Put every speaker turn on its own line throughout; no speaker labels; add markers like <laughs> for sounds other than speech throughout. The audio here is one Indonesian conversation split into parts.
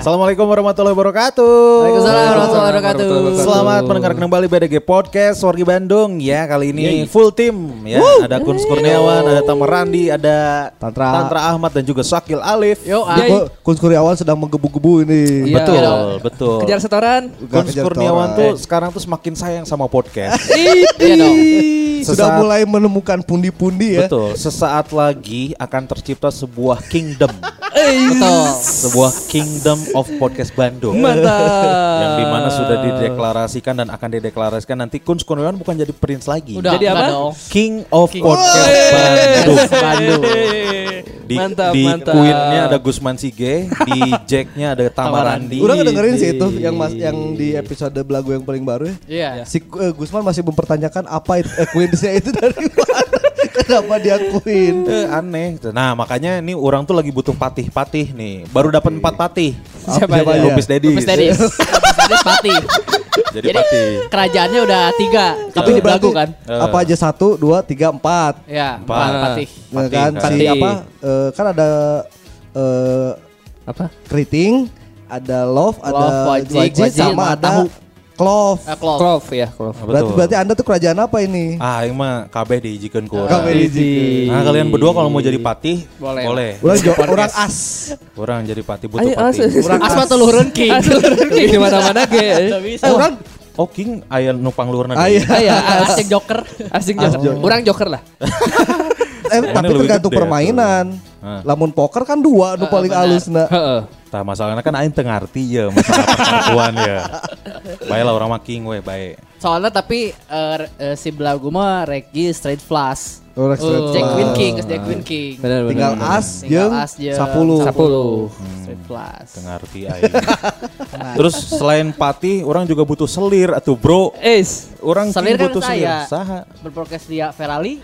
Assalamualaikum warahmatullahi wabarakatuh.
Waalaikumsalam warahmatullahi wabarakatuh.
Selamat mendengar kembali BDG Podcast Wargi Bandung ya kali ini full tim ya ada Kun Kurniawan, ada Tamarandi, ada
Tantra.
Ahmad dan juga Sakil Alif.
Yo,
Ya,
ay.
gua- Kun Kurniawan sedang menggebu-gebu ini.
Iya.
Betul,
Iya.
betul.
Kejar setoran.
Kun
Nggak kejar
Kurniawan
orang.
tuh sekarang tuh semakin sayang sama podcast.
<laughs> Iya dong.
Sudah
Sesaat-
mulai menemukan pundi-pundi
Iya.
ya.
Betul. Sesaat lagi akan tercipta sebuah kingdom,
Betul.
sebuah kingdom of podcast Bandung.
Mantap.
yang dimana sudah dideklarasikan dan akan dideklarasikan nanti Kun Kurniawan bukan jadi prince lagi.
Udah,
Jadi
enggak
apa?
dong.
King of Podcast Bandung.
Yes, Bandung.
Di,
Mantap,
di
mantap.
Queen-nya ada Gusman Sige, di Jack-nya ada Tamarandi.
Udah ngedengerin sih itu yang mas yang di episode belagu yang paling baru ya.
Iya.
Si eh, Gusman masih mempertanyakan apa itu eh, Queens-nya itu dari <laughs> mana? Kenapa dia Queen?
Eh, aneh. Nah, makanya ini orang tuh lagi butuh patih-patih nih. Baru dapat empat patih.
Siapa
aja?
aja?
Rupis Dedis.
Rupis Dedis. Rupis Dedis mati.
Jadi
Jadi
patih.
kerajaannya udah tiga, tapi
Itu
di Belagu kan.
Apa aja satu, dua, tiga, empat.
Ya,
Empat.
empat patih.
Nah,
Patih,
kan si
patih.
apa? eh, kan ada eh
Apa?
keriting, ada love, ada
wajik,
wajik,
wajik,
sama
sama
ada
tahu.
clove.
Eh, Klov.
Klov ya, Klov.
Berarti, berarti anda tuh kerajaan apa ini?
Ah, yang mah kabeh diijikan ku orang.
Kabeh diijikan.
Nah, kalian berdua kalau mau jadi patih, boleh.
Boleh.
Orang jo- orang as.
Orang jadi patih butuh
Ayo,
patih.
as-
Orang
Asma tuh luhurun king.
Di mana-mana
Gak
ge.
bisa.
Eh, orang
Oh, King aya numpang luarna.
Ah, iya.
Ah, ya, asik joker.
Asing joker. Orang joker lah.
eh,
Mainnya
tapi
lebih
tergantung
gede, ya?
permainan.
tuh. Ah.
Lamun poker kan dua nu paling halus nah. na.
Heeh.
Tah masalahnya kan aing teu ngarti ya masalah persatuan ya. Baiklah orang mah king we baik.
Soalnya tapi eh, re- eh, si Belagu mah Regi straight flush.
Oh,
Orang straight
Jack
flush.
Queen King, Jack Queen King.
Benar benar.
Tinggal as
Tinggal
jeung
as jeung
sapuluh.
Sapuluh.
Straight flush.
Teu ngarti aing. Terus selain patih orang juga butuh selir atuh bro.
Es.
Orang
Selir
king
kan
butuh selir.
saya.
Saha?
Berprokes dia
<laughs>
Ferrari.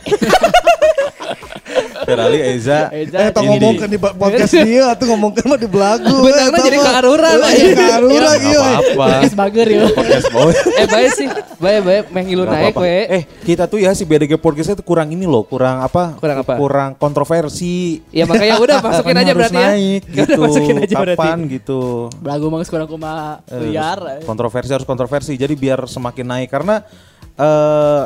Ferrari Eza.
Eza.
Eh, tau
Ini
ngomongkan di podcast dia, tuh ngomongkan mah di belagu.
Benarnya
eh, tau
jadi
mah.
kearuran,
Eh,
aja.
Jadi kearuran,
Nggak
iya.
apa-apa.
Podcast bager <laughs> ya.
Podcast boy.
Eh, bae sih. Bae bae meh ngilu
Nggak
naik
apa-apa.
we.
Eh kita tuh ya si BDG podcast itu kurang ini loh, kurang apa?
Kurang apa?
Kurang kontroversi.
Ya makanya
<laughs>
udah masukin
Makanya
aja
harus
berarti ya.
naik,
Ya
gitu.
<laughs> Udah masukin aja berarti.
Kapan gitu.
Belagu mah kurang kumaha
Eh,
liar. Ya,
kontroversi harus kontroversi jadi biar semakin naik karena eh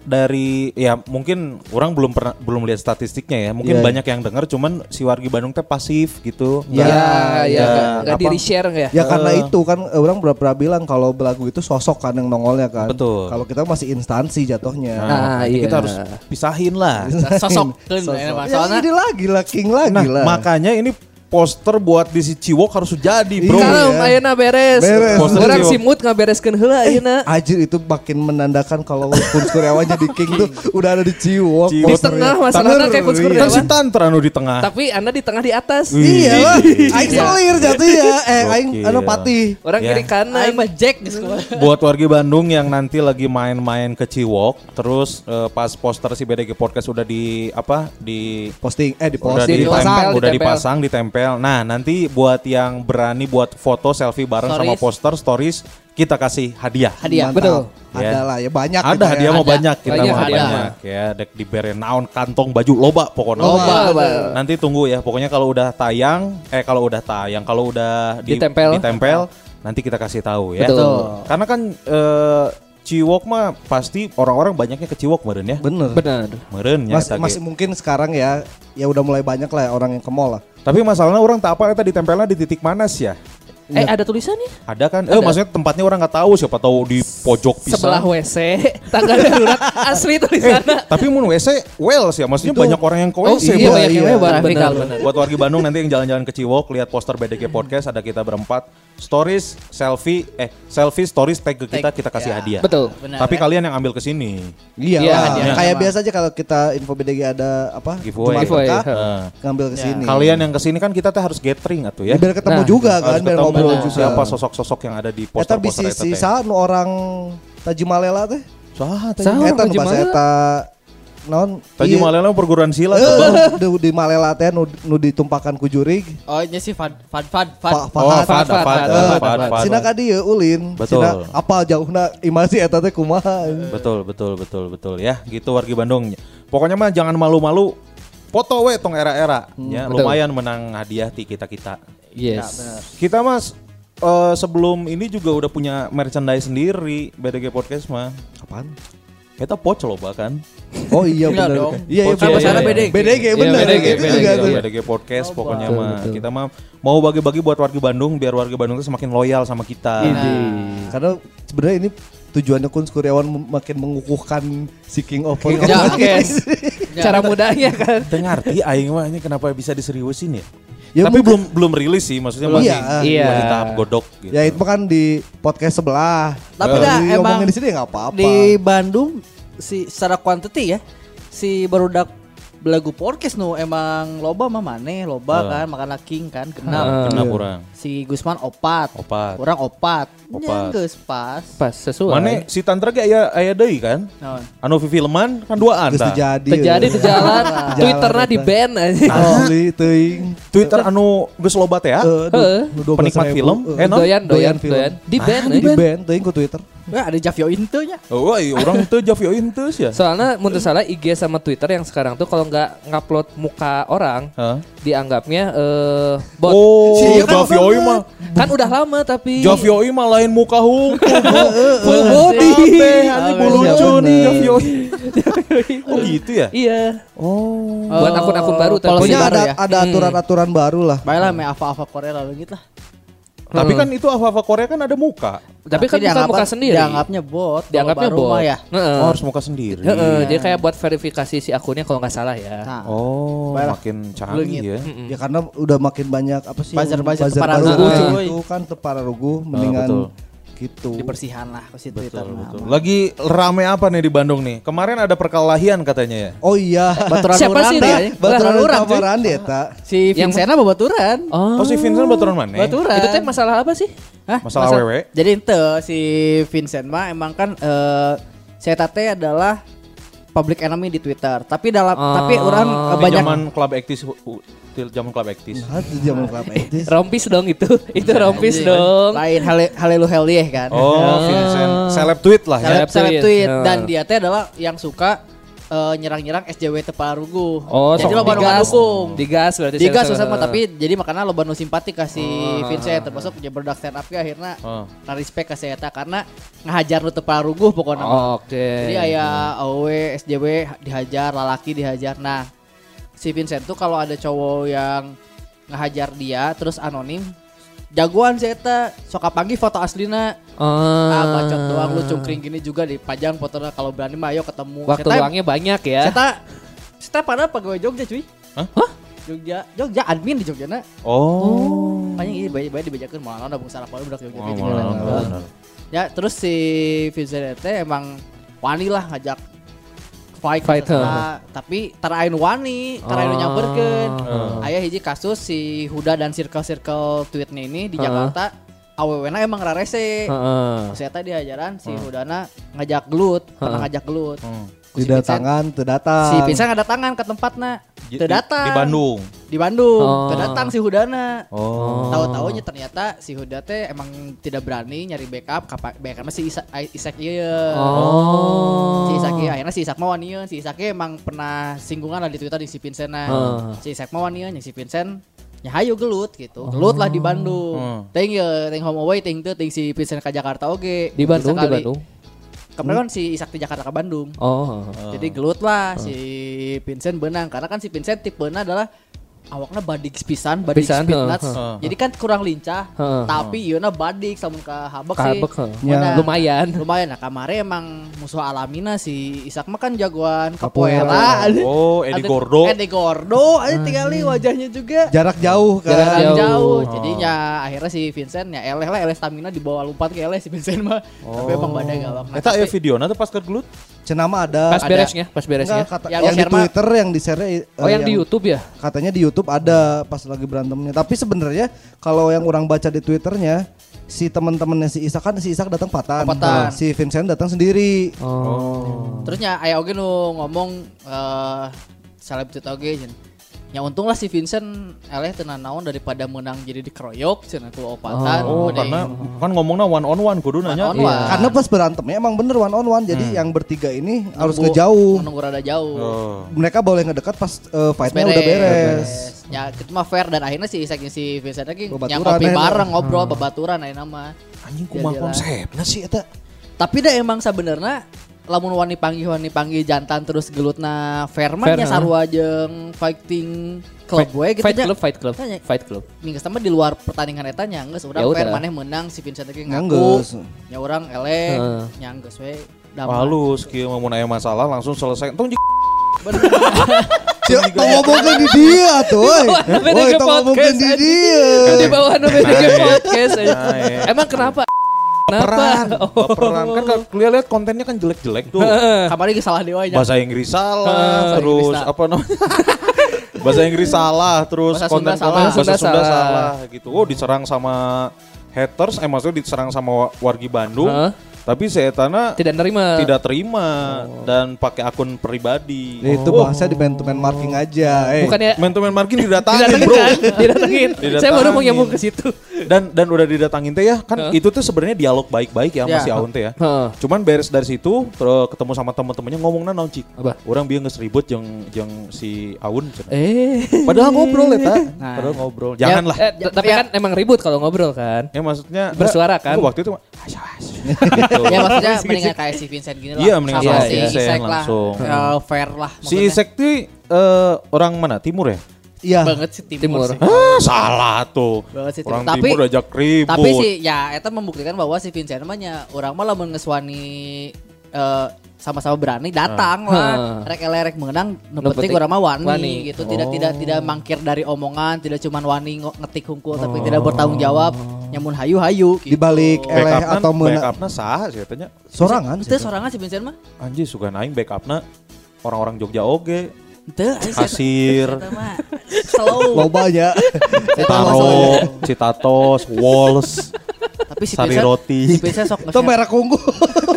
dari ya mungkin orang belum pernah belum lihat statistiknya ya mungkin
Iya.
banyak yang dengar cuman si wargi Bandung teh pasif gitu
Ya,
Ya,
ya,
ya, enggak
apa?
di share enggak ya?
Ya karena itu kan eh, orang pernah bilang kalau belagu itu sosok kan yang nongolnya kan.
Betul.
Kalau kita masih instansi jatuhnya.
Nah,
Ah,
makanya
iya.
kita harus pisahin lah <laughs>
Sosok kan
Sosok.
enak,
Ya,
soalnya-
ini lagi lah, king lagi
nah
lah.
makanya ini poster buat di si Ciwok harus jadi bro
Iya.
Kalau
ya.
ayeuna beres.
Beres.
Orang
Positif.
simut ngabereskeun heula ayeuna.
<laughs> Ajir itu makin menandakan kalau Kun Kurniawan jadi king tuh udah ada di Ciwok.
Ciwok.
Di tengah
posternya.
masalahnya kayak Kun
<laughs> Iya.
kan
Kurniawan.
si Tantra nu di tengah
Tapi Anda di tengah di atas.
Wih.
Ah. Iya lah,
Iya.
aing selir jatuhnya. Eh, aing
Gokil.
anu patih.
Orang
Ya.
kiri kanan.
Aing mah Jack geus kumaha.
buat wargi Bandung yang nanti lagi main-main ke Ciwok terus eh, pas poster si BDG podcast udah di apa di
Posting eh di
udah
posting.
di-
ditempel,
dipasang,
udah
ditempel.
dipasang, ditempel. Nah, nanti buat yang berani buat foto selfie bareng sama
Stories.
poster stories, kita kasih hadiah.
Hadiah.
Mantap.
betul.
Ya.
Ada lah ya banyak.
ada
kita
hadiah
ya.
mau
Ada.
banyak kita
Banyak
mau
hadiah.
banyak ya dek diberi naon kantong baju loba pokoknya
Loba.
Loba.
nanti tunggu ya pokoknya kalau udah tayang eh kalau udah tayang kalau udah di-
Ditempel.
ditempel, nanti kita kasih tahu ya
Betul.
karena kan eh, Ciwok mah pasti orang-orang banyaknya ke Ciwok meren ya
Bener.
Benar.
meren ya
Mas,
eta ge.
masih mungkin sekarang ya ya udah mulai banyak lah ya orang yang ke mall lah.
tapi masalahnya orang tak apa eta ditempelnya di titik mana sih ya
Eh ada tulisannya?
Ada kan? Eh maksudnya tempatnya orang nggak tahu siapa tahu di pojok pisang.
Sebelah WC, tangga darurat asli tulisannya.
Eh, Tapi mun WC well sih ya, maksudnya
Itu-
banyak orang yang ke WC.
iya,
Bu.
banyak yang
lebar.
Traffic
Benar. Ya,
alert.
Buat wargi Bandung nanti yang jalan-jalan ke Ciwok lihat poster BDG podcast ada kita berempat. Stories, selfie, eh selfie stories tag ke kita kita kasih hadiah.
Betul.
Benar, ya?
Tapi kalian yang ambil ke sini.
Iya,
Iya,
lah.
hadiah.
kayak biasa aja kalau kita info BDG ada apa
Giveaway.
Jumat
Giveaway, Ya.
Berkah,
heeh.
ngambil ke sini.
Eh, Kalian yang ke sini kan kita teh harus gathering atuh ya.
Ya, biar ketemu
Nah,
juga kan,
harus
biar
ketemu
ngobrol juga.
siapa sosok-sosok yang ada di
Eta
poster-poster
bisi
eta
Eh, si
teh.
sa nu orang Tajimalela teh.
Saha
Iya.
teh?
Saha? Orang
Eta nu bahasa
Tajimalela?
eta non
Taji Malela perguruan silat. atau-
Eh, <laughs> di, di Malela teh nu, nu ditumpakan ku jurig.
Oh, ini sih Fad Fad Fad
Pak
Fad.
Oh,
Fahad.
Fad, Fad, Fad, Fad, Fad, Fad.
Eh, Sina kan ka dieu ulin.
Betul.
Sina apal jauhna imasi eta teh kumaha.
Betul, betul, betul, betul ya. Gitu wargi Bandung. Pokoknya mah
Hmm,
jangan malu-malu. Foto we tong era-era ya, lumayan menang hadiah ti kita-kita.
Yes.
Kita mas eh, sebelum ini juga udah punya merchandise sendiri BDG Podcast mah.
Apaan?
Kita pouch loh bahkan.
Oh iya
Enggak
benar.
dong.
Iya iya.
Kan
benar.
pasaran
BDG.
BDG
Iya,
benar.
BDG,
Itu juga
Iya,
tuh.
BDG Podcast pokoknya
Betul,
mah.
betul.
Kita mah mau bagi-bagi buat warga Bandung biar warga Bandung tuh semakin loyal sama kita.
Ini. Karena sebenarnya ini tujuannya Kun Kuryawan mem- makin mengukuhkan si King of King
Ya,
of-
guys.
Cara mudahnya kan.
Kita ngerti aing mah ini kenapa bisa diseriusin ya?
Ya,
Tapi
mungkin-
belum belum rilis sih maksudnya
Belum.
masih
Iya.
masih
Iya.
tahap godok gitu.
Ya itu mah kan di podcast sebelah.
Tapi
Kalau
dah, emang
diomongin Nah, di sini ya nggak apa-apa.
Di Bandung si secara quantity ya si barudak belagu podcast nu emang loba mah maneh loba kan makan king kan kenal.
Kena kurang.
Si Gusman opat.
Opat.
Orang opat.
Opat.
Nya geus pas.
Pas sesuai.
Mana si Tantra ge aya aya deui kan?
Naon?
Anu filman kan duaan
Terus
tah.
terjadi.
Terjadi di
<laughs>
jalan, Twitternya di ban aja.
Ah, Asli teuing.
Twitter anu geus loba teh ya.
Eh, du-
Heeh.
du- 12
Penikmat
ribu.
film,
Eh,
eh, non?
<laughs> Doyan, doyan,
Doyan film.
doyan. Di ban
Ah, Di
aja.
ban teuing ku Twitter.
Weh Eh, ada Javio Inte nya.
Oh, iya, orang teu Javio Intus ya.
Soalnya menurut salah IG sama Twitter yang sekarang tuh kalau nggak ngupload muka orang
Hah?
dianggapnya eh bot.
Oh,
Iya, kan
Javio
banget.
mah
Kan udah lama tapi
Javio mah lain muka
<laughs> Eh,
hukum.
full body.
Ini bulucun
bener.
Javio. Oh gitu ya?
Iya.
Oh.
Buat akun-akun baru Hmm. tapi
Policy
Pokoknya
baru
ada
ya?
ada aturan-aturan baru lah.
Baiklah me apa-apa Korea lah leungit lah.
Tapi kan itu Ava-Ava Korea kan ada muka.
Tapi kan bukan
dianggap-
muka sendiri.
Dianggapnya bot. kalau
Dianggapnya
baru
bot.
mah ya. iya.
Heeh.
Oh, harus muka sendiri.
Heeh, Dia kayak buat verifikasi si akunnya kalau nggak salah ya.
Nah,
Oh,
Baiklah.
makin canggih
Lengit.
ya.
Ya karena udah makin banyak apa sih?
Bazar-bazar
baru
Tepararugu,
muncul
cuy.
itu kan tepararugu mendingan
betul.
gitu.
dibersihan lah ke si Twitter. mah.
Lagi rame apa nih di Bandung nih? Kemarin ada perkelahian katanya ya.
Oh iya.
Baturan
Siapa
urang
sih
dah.
dia?
Baturan
Baturan urang cuy.
kamaran dia tak.
Si
Yang-
Vincent apa baturan?
Oh, si Vincent baturan mana?
Baturan.
Itu teh masalah apa sih?
Hah?
Masalah E? awewe.
Jadi ente si Vincent mah emang kan eh saya tate adalah public enemy di Twitter. Tapi dalam
Ah.
tapi orang eh,
Di
banyak
zaman Club Actis, uh, uh, di zaman Club Actis.
Nah, itu zaman kelapa itu.
Rompis dong itu. <laughs> itu rompis dong.
lain hale, halelu helieh kan.
Oh, Vincent. Seleb tweet lah ya.
Seleb,
Seleb
seleb
tweet.
tweet
Nah.
dan dia teh adalah yang suka eh, nyerang-nyerang SJW Teparugu.
Oh,
jadi
sok
lo baru
digas.
dukung.
Digas berarti.
Tiga
saya-
susah mah tapi jadi makanya lo banu simpati ke si
Oh,
Vincent termasuk punya produk stand up ke akhirnya
Oh.
nah respect ke saya karena ngahajar lu tepal ruguh pokoknya. mah.
Oh, Oke.
Jadi ya,
gitu.
ayah AOW, SJW dihajar, lalaki dihajar. Nah, si Vincent tuh kalau ada cowok yang ngehajar dia terus anonim jagoan si Eta sok panggil foto aslina
Ah,
ah bacot doang lu cungkring gini juga dipajang fotonya kalau berani mah ayo ketemu
Waktu
Seta-
luangnya banyak ya.
Seta Seta pada pegawai Jogja cuy
Hah?
Jogja Jogja admin di Jogja na
Oh.
Kayaknya ini banyak-banyak dibajakan malah ada bung sarap udah Jogja
Oh,
Jogja,
benar,
Jogja.
benar, benar.
Ya terus si Vincent teh emang wani lah ngajak fight,
Fight,
nah, tapi terain wani, terain
Ah.
nyamperkeun.
Ah.
Aya hiji kasus si Huda dan circle-circle tweetnya ini di
Ah.
Jakarta awewena emang rarese.
Heeh.
Saya tadi ajaran si Hudana ngajak gelut,
Ah.
pernah ngajak gelut.
Hmm.
Ku si
Didatangan, tidak datang.
Si Vincent ada tangan ke tempatnya,
Di-
teu
di-
datang.
Di Bandung.
Di Bandung, teu
Ah.
datang si Hudana.
Oh.
Tahu-taunya ternyata si Huda teh emang tidak berani nyari backup, kapa backup si Isa- I- Isaac iya.
Oh.
Si Isaac ieu. akhirnya si Isaac mah wanian, si Isaac ieu emang pernah singgungan lah di Twitter di si Vincent nah.
Heeh.
Si Isaac mah wanian, yang si Vincent nyahayu gelut gitu.
Oh.
Gelut lah di Bandung.
Heeh.
Ting ieu, ting home away, ting teu ting si Vincent ke Jakarta oge.
Di Bandung, di
Sekali.
Bandung. Hmm.
Kemarin kan si Isaac di Jakarta ke Bandung.
Oh.
Jadi gelut lah si Vincent benang karena kan si Vincent tipenya adalah awakna badik pisan, badik
Pisan,
speed
heeh,
nuts.
heeh.
Jadi kan kurang lincah,
Heeh.
tapi ieuna badik samun ka habek
Ka
sih.
habek, heeh.
Mana-
Ya.
Lumayan.
<laughs> Lumayan nah kamari emang musuh alamina si Isak mah kan jagoan <laughs> capoeira.
Oh, Edi Gordo.
Edi Gordo
Ah,
aja tinggali wajahnya juga.
Jarak
Jarak
jauh kan.
Jalan
iya. jauh. Oh.
jauh. Jadinya akhirnya si Vincent ya eleh lah eleh stamina dibawa lompat ke eleh si Vincent mah.
Oh.
Tapi emang badai gawak. Nah,
Eta
tapi-
ya video nanti pas ke gelut.
Cenama ada.
Pas beresnya, pas beresnya.
Enggak, kata,
Yang
yang, di
di share mah-
Twitter yang di share eh,
Oh
iya.
yang di YouTube ya?
katanya di YouTube ada pas lagi berantemnya. Tapi sebenarnya kalau yang orang baca di Twitternya si teman-temannya si Isak kan si Isak datang patan.
Patan.
Si Vincent datang sendiri.
Oh.
Terusnya aya oge nu ngomong eh seleb tweet oge jeung, Ya untunglah si Vincent eleh tenan naon daripada menang jadi dikeroyok cenah ku opatan.
Oh,
mending.
karena kan ngomongnya one on one kudu nanya.
on Ah, one.
Iya.
Nah, Karena pas berantemnya emang bener one on one, jadi yang bertiga ini harus
Hmm. Nunggu-
ngejauh.
Menunggu rada jauh.
Oh.
Mereka boleh ngedekat pas eh, fightnya
Beres.
udah beres.
Ya itu mah fair dan akhirnya si Isak jeung si Vincent lagi
Babaturan,
yang ngopi
eh.
bareng ngobrol
Hmm.
babaturan ayeuna mah.
Anjing kumah
Jadilah.
konsepnya sih eta.
Tapi dah emang sebenarnya lamun wani panggih wani panggih jantan terus gelutna fair mah
Fair,
nya
nah.
sarua jeung fighting club we gitu
Fight
nya.
club, fight club,
Tanya.
fight club.
Minggu sama di luar pertandingan eta nya geus
Ya
urang fair
udah.
maneh menang si Vincent lagi
Ngeanggeus.
ngaku. Ya Nya urang eleh
Heeh.
nya geus we damai.
Halus kieu mah mun aya masalah langsung selesai. Tong jeung
Bener.
Cek ngomongin di
<laughs>
dia tuh.
Iya,
woi.
Beda
Woi,
ke
tong ngomongin
podcast,
di
anjing.
Kan dia.
Eh,
Kan
Di bawah BDG
Nah, iya.
podcast. aja.
Nah, iya.
Emang kenapa? Kenapa? <laughs> Oh,
baperan. Baperan kan kalau kalian lihat kontennya kan jelek-jelek tuh.
eh.
Kamari ge salah dewa nya.
Bahasa Inggris salah,
Bahasa
terus
Inggris
apa namanya? <laughs> Bahasa Inggris salah, terus
Bahasa
konten
Sunda salah.
konten bahasa
Sunda
Sunda
salah.
salah gitu. Oh, diserang sama haters, eh maksudnya diserang sama wa- wargi Bandung.
Heeh.
Tapi saya tanah
Tidak nerima.
tidak terima dan pakai akun pribadi. Oh,
Nah,
Oh.
itu bahasa di man to man marking aja. Eh.
Bukannya
Mentumen Markin didatangin
didatengin
bro
kan? Didatengin. Saya baru
Didatengin.
mau nyambung ke situ.
dan dan udah didatangin teh ya kan itu tuh sebenarnya dialog baik-baik ya sama
Ya.
si Aun teh ya.
Heeh.
Cuman beres dari situ terus ketemu sama teman-temannya ngomongnya naon cik.
Apa?
Orang bieu geus ribut jeung jeung si Aun. cenah.
Eh.
Padahal ngobrol eta.
Nah.
Padahal ngobrol. Janganlah.
Eh, t- tapi kan emang ribut kalau ngobrol kan.
Ya maksudnya enggak,
Bersuara kan?
enggak, Waktu itu mah, "Asyah, asyah." gitu.
Ya
<laughs>
maksudnya mendingan kayak si Vincent gini lah.
Iya, mendingan
Sama
sama
si
si
Vincent
Isaac lah.
langsung.
Eh, fair lah
Si
maksudnya.
Isek tuh, eh, orang mana? Timur ya?
Iya.
banget si
Timur.
timur. sih.
Ah, salah tuh.
Banget sih,
orang
Timur. Tapi-
timur ajak ribut.
Tapi sih ya eta membuktikan bahwa si Vincent mah nya orang mah lamun ngeswani eh, sama-sama berani datang
Ah.
lah. Rek ele rek menang, nu
Nu
penting
penting
orang mah wani,
wani.
gitu. Tidak
Oh.
tidak tidak mangkir dari omongan, tidak cuman wani ngo- ngetik
Oh.
hunkul tapi tidak bertanggung jawab. Nyamun hayu-hayu gitu.
Dibalik eh, eleh
Backupna-
atau mena-
backupna sah sih tanya.
Sorangan.
Itu sorangan si Vincent mah.
Anjir suka naik backupna orang-orang Jogja oge.
Teu aing sih,
Kasir.
eta mah
<laughs>
slow. <laughs>
Lobanya.
Eta mah slow.
Taro, Citatos, Walls,
Tapi si
Sari
Vincent Si
Roti.
Vincent sok
Itu merah ungu.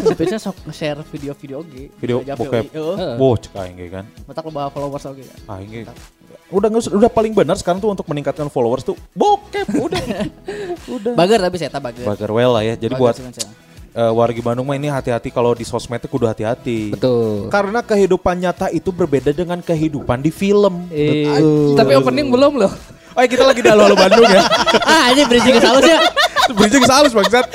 si Vincent sok nge-share video-video oge.
Video
Aja
bokep.
POI. iya, Heeh.
Wow, cek aing ge kan.
Mentak loba followers oge.
Aing ge. Udah nggak usah- udah paling benar sekarang tuh untuk meningkatkan followers tuh bokep udah. udah.
Bager tapi saya bager.
Bagar well lah ya. Jadi buat
Bager si Vincent.
eh, wargi Bandung mah ini hati-hati kalau di sosmed tuh kudu hati-hati.
Betul.
Karena kehidupan nyata itu berbeda dengan kehidupan di film.
Eh, tapi opening belum loh.
Oh, kita lagi di Halo-Halo Bandung ya.
<laughs> ah ini bridging
<laughs>
salah ya
Bridging salus bangsat.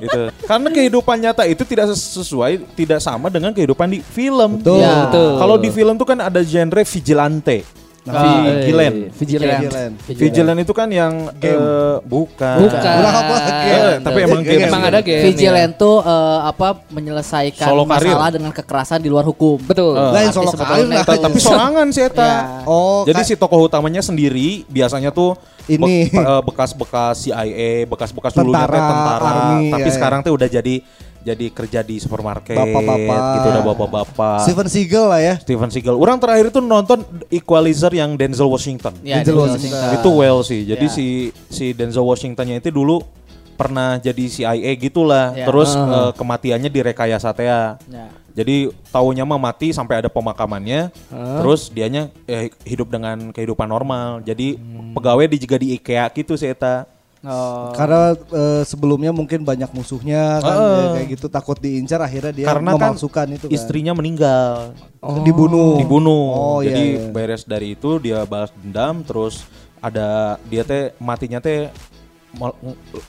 gitu. Karena kehidupan nyata itu tidak ses- sesuai, tidak sama dengan kehidupan di film.
Betul. iya,
Iya, betul.
Kalau di film tuh kan ada genre vigilante.
Ah, eh,
vigilant.
Vigilant.
Vigilant.
Vigilant itu kan yang eh, bukan.
Bukan.
Udah apa lagi?
Eh, tapi emang game.
Emang ada game. ya.
Vigilant tuh eh, apa
ya.
menyelesaikan
Solo
masalah
karir.
dengan kekerasan di luar hukum.
Betul.
Lain
Artis
solo karir lah.
sebetulnya itu.
Ta- Tapi sorangan sih eta.
Iya.
Oh,
Jadi
ka-
si tokoh utamanya sendiri biasanya tuh be-
Ini.
pe- eh, bekas-bekas CIA, bekas-bekas dulunya teh
Tentara,
tentara,
army,
tapi
ya, ya.
sekarang teh udah jadi jadi kerja di supermarket
Bapak-bapak.
gitu udah bapak-bapak.
Steven Seagal lah ya.
Steven Seagal. Orang terakhir itu nonton Equalizer yang Denzel Washington.
Ya,
Denzel
di
Washington.
Washington.
Itu well sih. Jadi
Iya.
Ya.
si si Denzel Washingtonnya itu dulu pernah jadi CIA gitulah.
Iya.
Ya.
Terus eh, kematiannya direkayasa teh.
Ya.
Jadi taunya mah mati sampai ada pemakamannya. Terus dianya eh, hidup dengan kehidupan normal. Jadi
Hmm.
pegawai di juga di IKEA gitu sih eta.
Oh.
Karena eh, sebelumnya mungkin banyak musuhnya kan
Heeh.
ya, kayak gitu takut diincar akhirnya dia
Karena kan
memalsukan itu kan.
istrinya meninggal.
dibunuh.
dibunuh.
Oh
Jadi
iya. iya.
beres dari itu dia balas dendam terus ada dia teh matinya teh mel-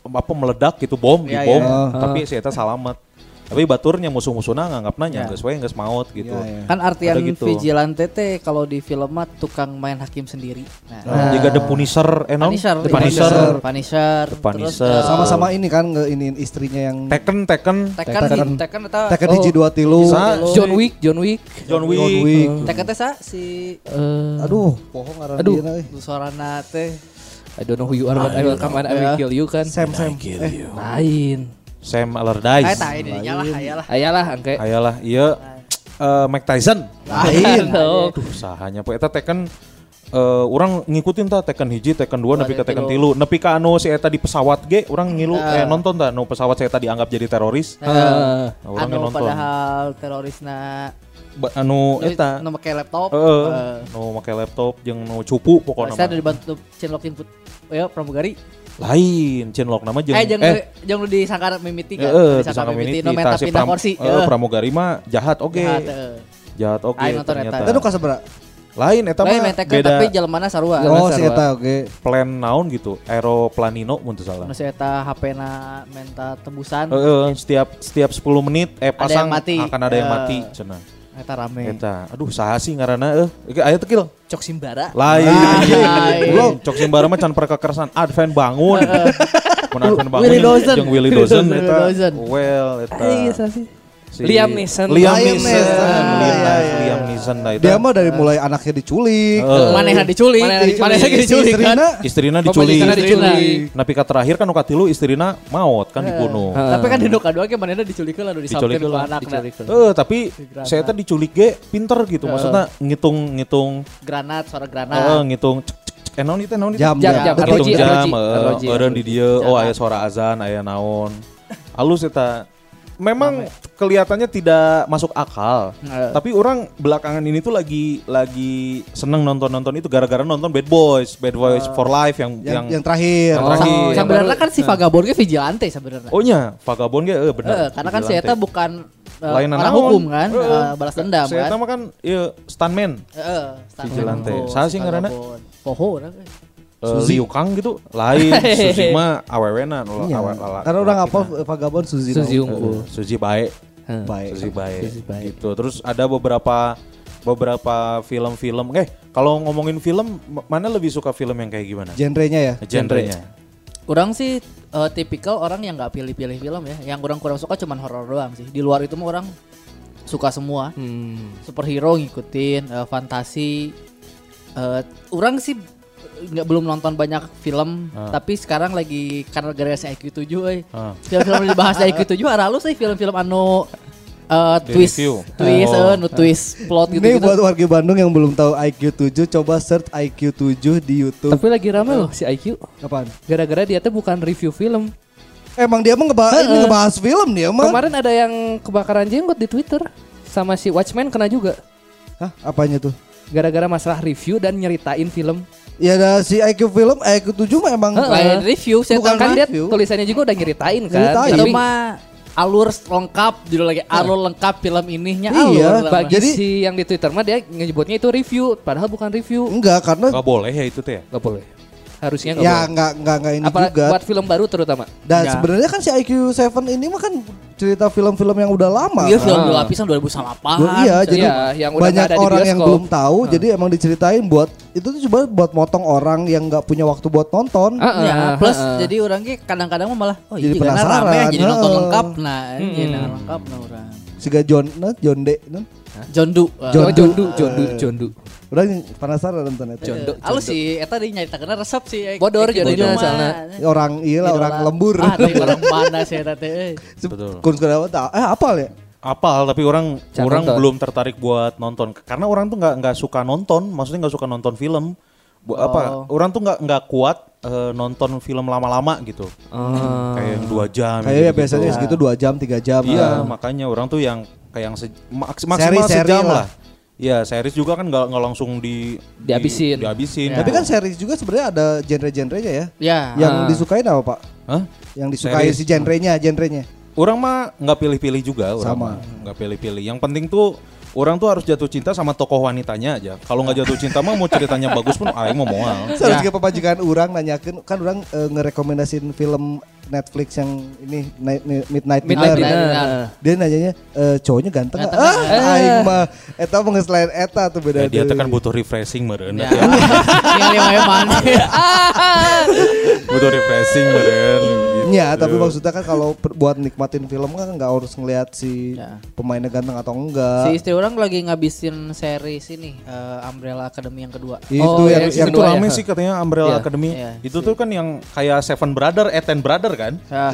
apa meledak gitu bom
Iya,
dibom
iya.
tapi si eta salamat. Tapi baturnya musuh-musuhnya nganggap nanya geus we geus maot gitu.
Iya,
Kan artian
Ada gitu.
vigilante teh kalau di film mah tukang main hakim sendiri. Nah,
Nah, Jika the punisher eh naon?
Punisher, iya.
The punisher.
Punisher, Punisher,
The Punisher.
Terus, eh,
Sama-sama ini kan ngeiniin istrinya yang
Tekken Tekken
Tekken,
Tekken.
Tekken atau
Tekken di G2 Tilu.
Oh. Sa-
John Wick, John Wick.
John
John
Wick.
Wick.
Tekken teh sa si
Eh,
Aduh, pohon arah
Aduh.
dia nah, eh.
Sorana teh.
I don't know who you are, but I will come and I will kill you kan.
Sam Sam. Eh,
iya.
Lain.
Sam
Ay
Allardyce.
tah ini nyalah ayalah.
Ayalah, angke.
Ayalah iya eh, Mike Tyson.
lain.
Aduh.
Aduh, sahanya po eta Tekken eh, orang ngikutin ta Tekken hiji, Tekken 2, nepi ke Tekken tilu. Nepi ka anu si eta di pesawat ge, orang ngilu eh,
Nah.
nonton ta nu pesawat si eta dianggap jadi teroris.
Heeh.
Nah, orang yang
anu
nonton.
padahal terorisna
Ba- anu eta.
nu make laptop.
Heeh.
Heeh.
Nu make laptop jeung nu cupu pokona. mah.
Terorisna Eh. ada dibantu Cinlokin put ya pramugari.
Lain, Cinlok nama jeung eh,
Eh jangan jangan lu disangka mimiti kan.
Heeh,
disangka
disangka
mimiti
Miniti,
nu menta
tah, si
pindah
Pram-
kursi.
eh, Pramugari mah jahat oke.
Jahat, heeh.
Jahat oke
Aing nonton eta.
Itu
ternyata.
nu kasabara.
Lain eta mah
Lain main Tekken
beda
tapi jelmana sarua.
Jalan
Oh, si
sarua.
eta oke.
plan naon gitu, aeroplanino mun teu salah.
Nu si eta HP-na menta tebusan.
Heeh, setiap setiap 10 menit eh
Ada
pasang
yang mati.
akan ada yang
Eh.
mati cenah.
Eta rame.
Eta, aduh saha sih ngaranna eh Iki aya tekil.
Cok Simbara.
Lain.
Lain.
Belum, Cok Simbara mah can perkekersan Advent bangun. Mun Advent bangun.
Willy Dawson.
jeung Willy
Willy
Dozen
Dawson.
eta.
Willy Dawson.
Well eta.
Iya,
Si-
Liam Neeson.
Liam
Liam
Neeson.
Neeson.
Liam-
Iya, iya,
Liam Neeson nah,
Dia
eta.
mah dari mulai anaknya diculik.
Heeh.
Manehna diculik.
Manehna diculik.
Si
Manehna ge diculik kan.
istrina,
Istrina
Pokoknya
diculik.
karena diculik.
Nah, pika terakhir kan uka tilu istrina maot kan dibunuh.
Heeh.
Tapi kan dino kadua ge manehna diculik lah nu disampir
Diculik
ku
lah,
anakna.
diculik.
Eh tapi saya tadi diculik ge pinter gitu maksudnya ngitung ngitung
Granat, suara
eh,
granat.
ngitung cek cek cek eh naon itu naon itu
Jam,
Jam, jam.
jam.
Arloji,
ngitung jam
arloji,
eh,
arloji,
eureun di
arloji.
dieu oh aya suara azan aya naon halus eta memang kelihatannya tidak masuk akal
Heeh.
tapi orang belakangan ini tuh lagi lagi seneng nonton-nonton itu gara-gara nonton Bad Boys Bad Boys for Life yang
Yang, yang
yang,
terakhir.
yang
Sa-
terakhir.
Sebenarnya kan
Nah.
si vagabond ge vigilante sebenarnya.
Oh nya, vagabond ge eh, bener.
Eh, karena kan si Eta
Vigilante.
bukan eh,
Lainan
orang
naon.
hukum kan,
Eh,
eh, balas dendam
Si Eta
kan.
mah kan ieu stuntman.
Heeh, Star
vigilante.
Wars,
Saha sih
si
ngaranna?
vagabond. Poho orang ge.
Eh, Liu Kang gitu
<laughs>
lain
Iya.
Suzy mah awewena nu
Iya.
awe- lala-
Karena orang
lalakinan.
apa vagabond Suzy.
Suzy
Naoki.
unggul.
Suzy baik
Baik.
Suzy baik
Suzy baik.
gitu terus ada beberapa beberapa film-film eh kalau ngomongin film ma- mana lebih suka film yang kayak gimana
Genrenya ya.
genrenya
Kurang sih eh, tipikal orang yang nggak pilih-pilih film ya. Yang kurang kurang suka cuman horor doang sih. Di luar itu mah orang suka semua.
Hmm.
Superhero ngikutin, eh, fantasi. Eh, orang sih nggak belum nonton banyak film, tapi sekarang lagi karena gara IQ7 euy.
Ah.
eh. Film-film yang dibahas
<laughs>
di IQ7 arah lu sih film-film anu eh,
Di
twist,
review.
twist,
Oh.
eh, nu twist plot gitu.
Ini buat warga Bandung yang belum tahu IQ7 coba search IQ7 di YouTube.
Tapi lagi rame loh si IQ.
Kapan?
Gara-gara dia tuh bukan review film.
Emang dia mah ngeba- ini ngebahas film dia mah.
Kemarin ada yang kebakaran jenggot di Twitter sama si Watchmen kena juga.
Hah, apanya tuh?
Gara-gara masalah review dan nyeritain film.
Ya ada si IQ film, IQ7 mah emang
Lain review saya
Bukan
kan dia
review.
tulisannya juga udah nyeritain kan.
Nyeritain.
Itu
Tapi
mah alur lengkap judul lagi alur lengkap film inihnya
Iya,
alur
bagi
Jadi-
si yang di Twitter mah dia nyebutnya itu review padahal bukan review.
enggak karena
nggak boleh ya itu teh ya?
Gak boleh. Harusnya gak
ya
Oh, boleh.
enggak enggak enggak ini
Apalagi
juga.
buat film baru terutama.
Dan
Ya.
sebenarnya kan si IQ7 ini mah kan cerita film-film yang udah lama.
Iya
kan?
film dua Gitu
Ah.
lapisan 2008.
Gua- iya, jadi
Iya, yang udah
banyak
nggak ada di
orang yang
bioskop. Hmm.
belum tahu, jadi emang diceritain buat itu tuh coba buat motong orang yang nggak punya waktu buat nonton.
Ah,
Ya,
ah,
plus
ah, ah.
jadi orang ge kadang-kadang mah malah oh
Jadi
iya karena
penasaran,
rame jadi nonton
heeh.
lengkap nah iya nah, lengkap nah orang.
Siga John, nah, John D, nah.
Jondu. Eh.
Oh, Jondu, Jondu, Jondu.
orang penasaran nonton itu.
Jondu,
Halo
Jondu.
sih eta di nyaritakeun resep sih. eh,
Bodor
eh,
jadinya
gitu mah.
soalnya.
Orang iya lah,
Idola.
orang lembur. <laughs>
Ah, tapi orang mana sih eta teh? eh.
Se-
Betul.
Kun Kunawan tahu, eh apal ya?
apal tapi orang
Jangan
orang
nonton.
belum tertarik buat nonton karena orang tuh nggak nggak suka nonton maksudnya nggak suka nonton film Bu,
Oh.
apa orang tuh nggak nggak kuat eh, nonton film lama-lama gitu
Ah.
kayak yang dua jam
Kayak ya
gitu-gitu.
biasanya segitu 2 jam, 3 jam.
Iya,
Ah.
makanya orang tuh yang kayak yang se- maks- maksimal
Seri-seri
sejam
lah.
lah. Iya, series juga kan nggak nggak langsung di, di-
Dihabisin.
dihabisin.
Tapi kan series juga sebenarnya ada genre-genrenya ya.
Ya.
Yang
Ah.
disukain apa, Pak?
Hah?
Yang disukai
Series.
si genrenya, genrenya.
Orang mah nggak pilih-pilih juga, orang
Sama.
mah nggak pilih-pilih. Yang penting tuh orang tuh harus jatuh cinta sama tokoh wanitanya aja. Kalau nggak jatuh cinta mah mau ceritanya bagus pun aing mau moal.
Ya.
Saya juga pemajikan orang nanyakan kan orang eh, ngerekomendasiin film Netflix yang ini Night- Midnight,
Midnight
Dinner.
Dinner.
Dia nanyanya eh, cowoknya ganteng, nggak?
Ganteng
Ah, aing mah eta mah geus lain eta tuh beda.
Ya, dia
deui.
tuh kan butuh refreshing meren.
Ya. Ningali wae <laughs> mana.
butuh refreshing meren. gitu.
Ya, tapi maksudnya
Ya.
kan kalau per- buat nikmatin film kan nggak harus ngelihat si pemainnya ganteng atau enggak.
Si istri orang orang lagi ngabisin seri sini eh, Umbrella Academy yang kedua.
Itu
Oh,
yang,
yang
Yang
yang
itu
kedua ya?
rame sih katanya Umbrella
Iya,
Academy.
iya.
Itu tuh kan yang kayak Seven Brother, eh <laughs> Ten Brother kan?
Nah,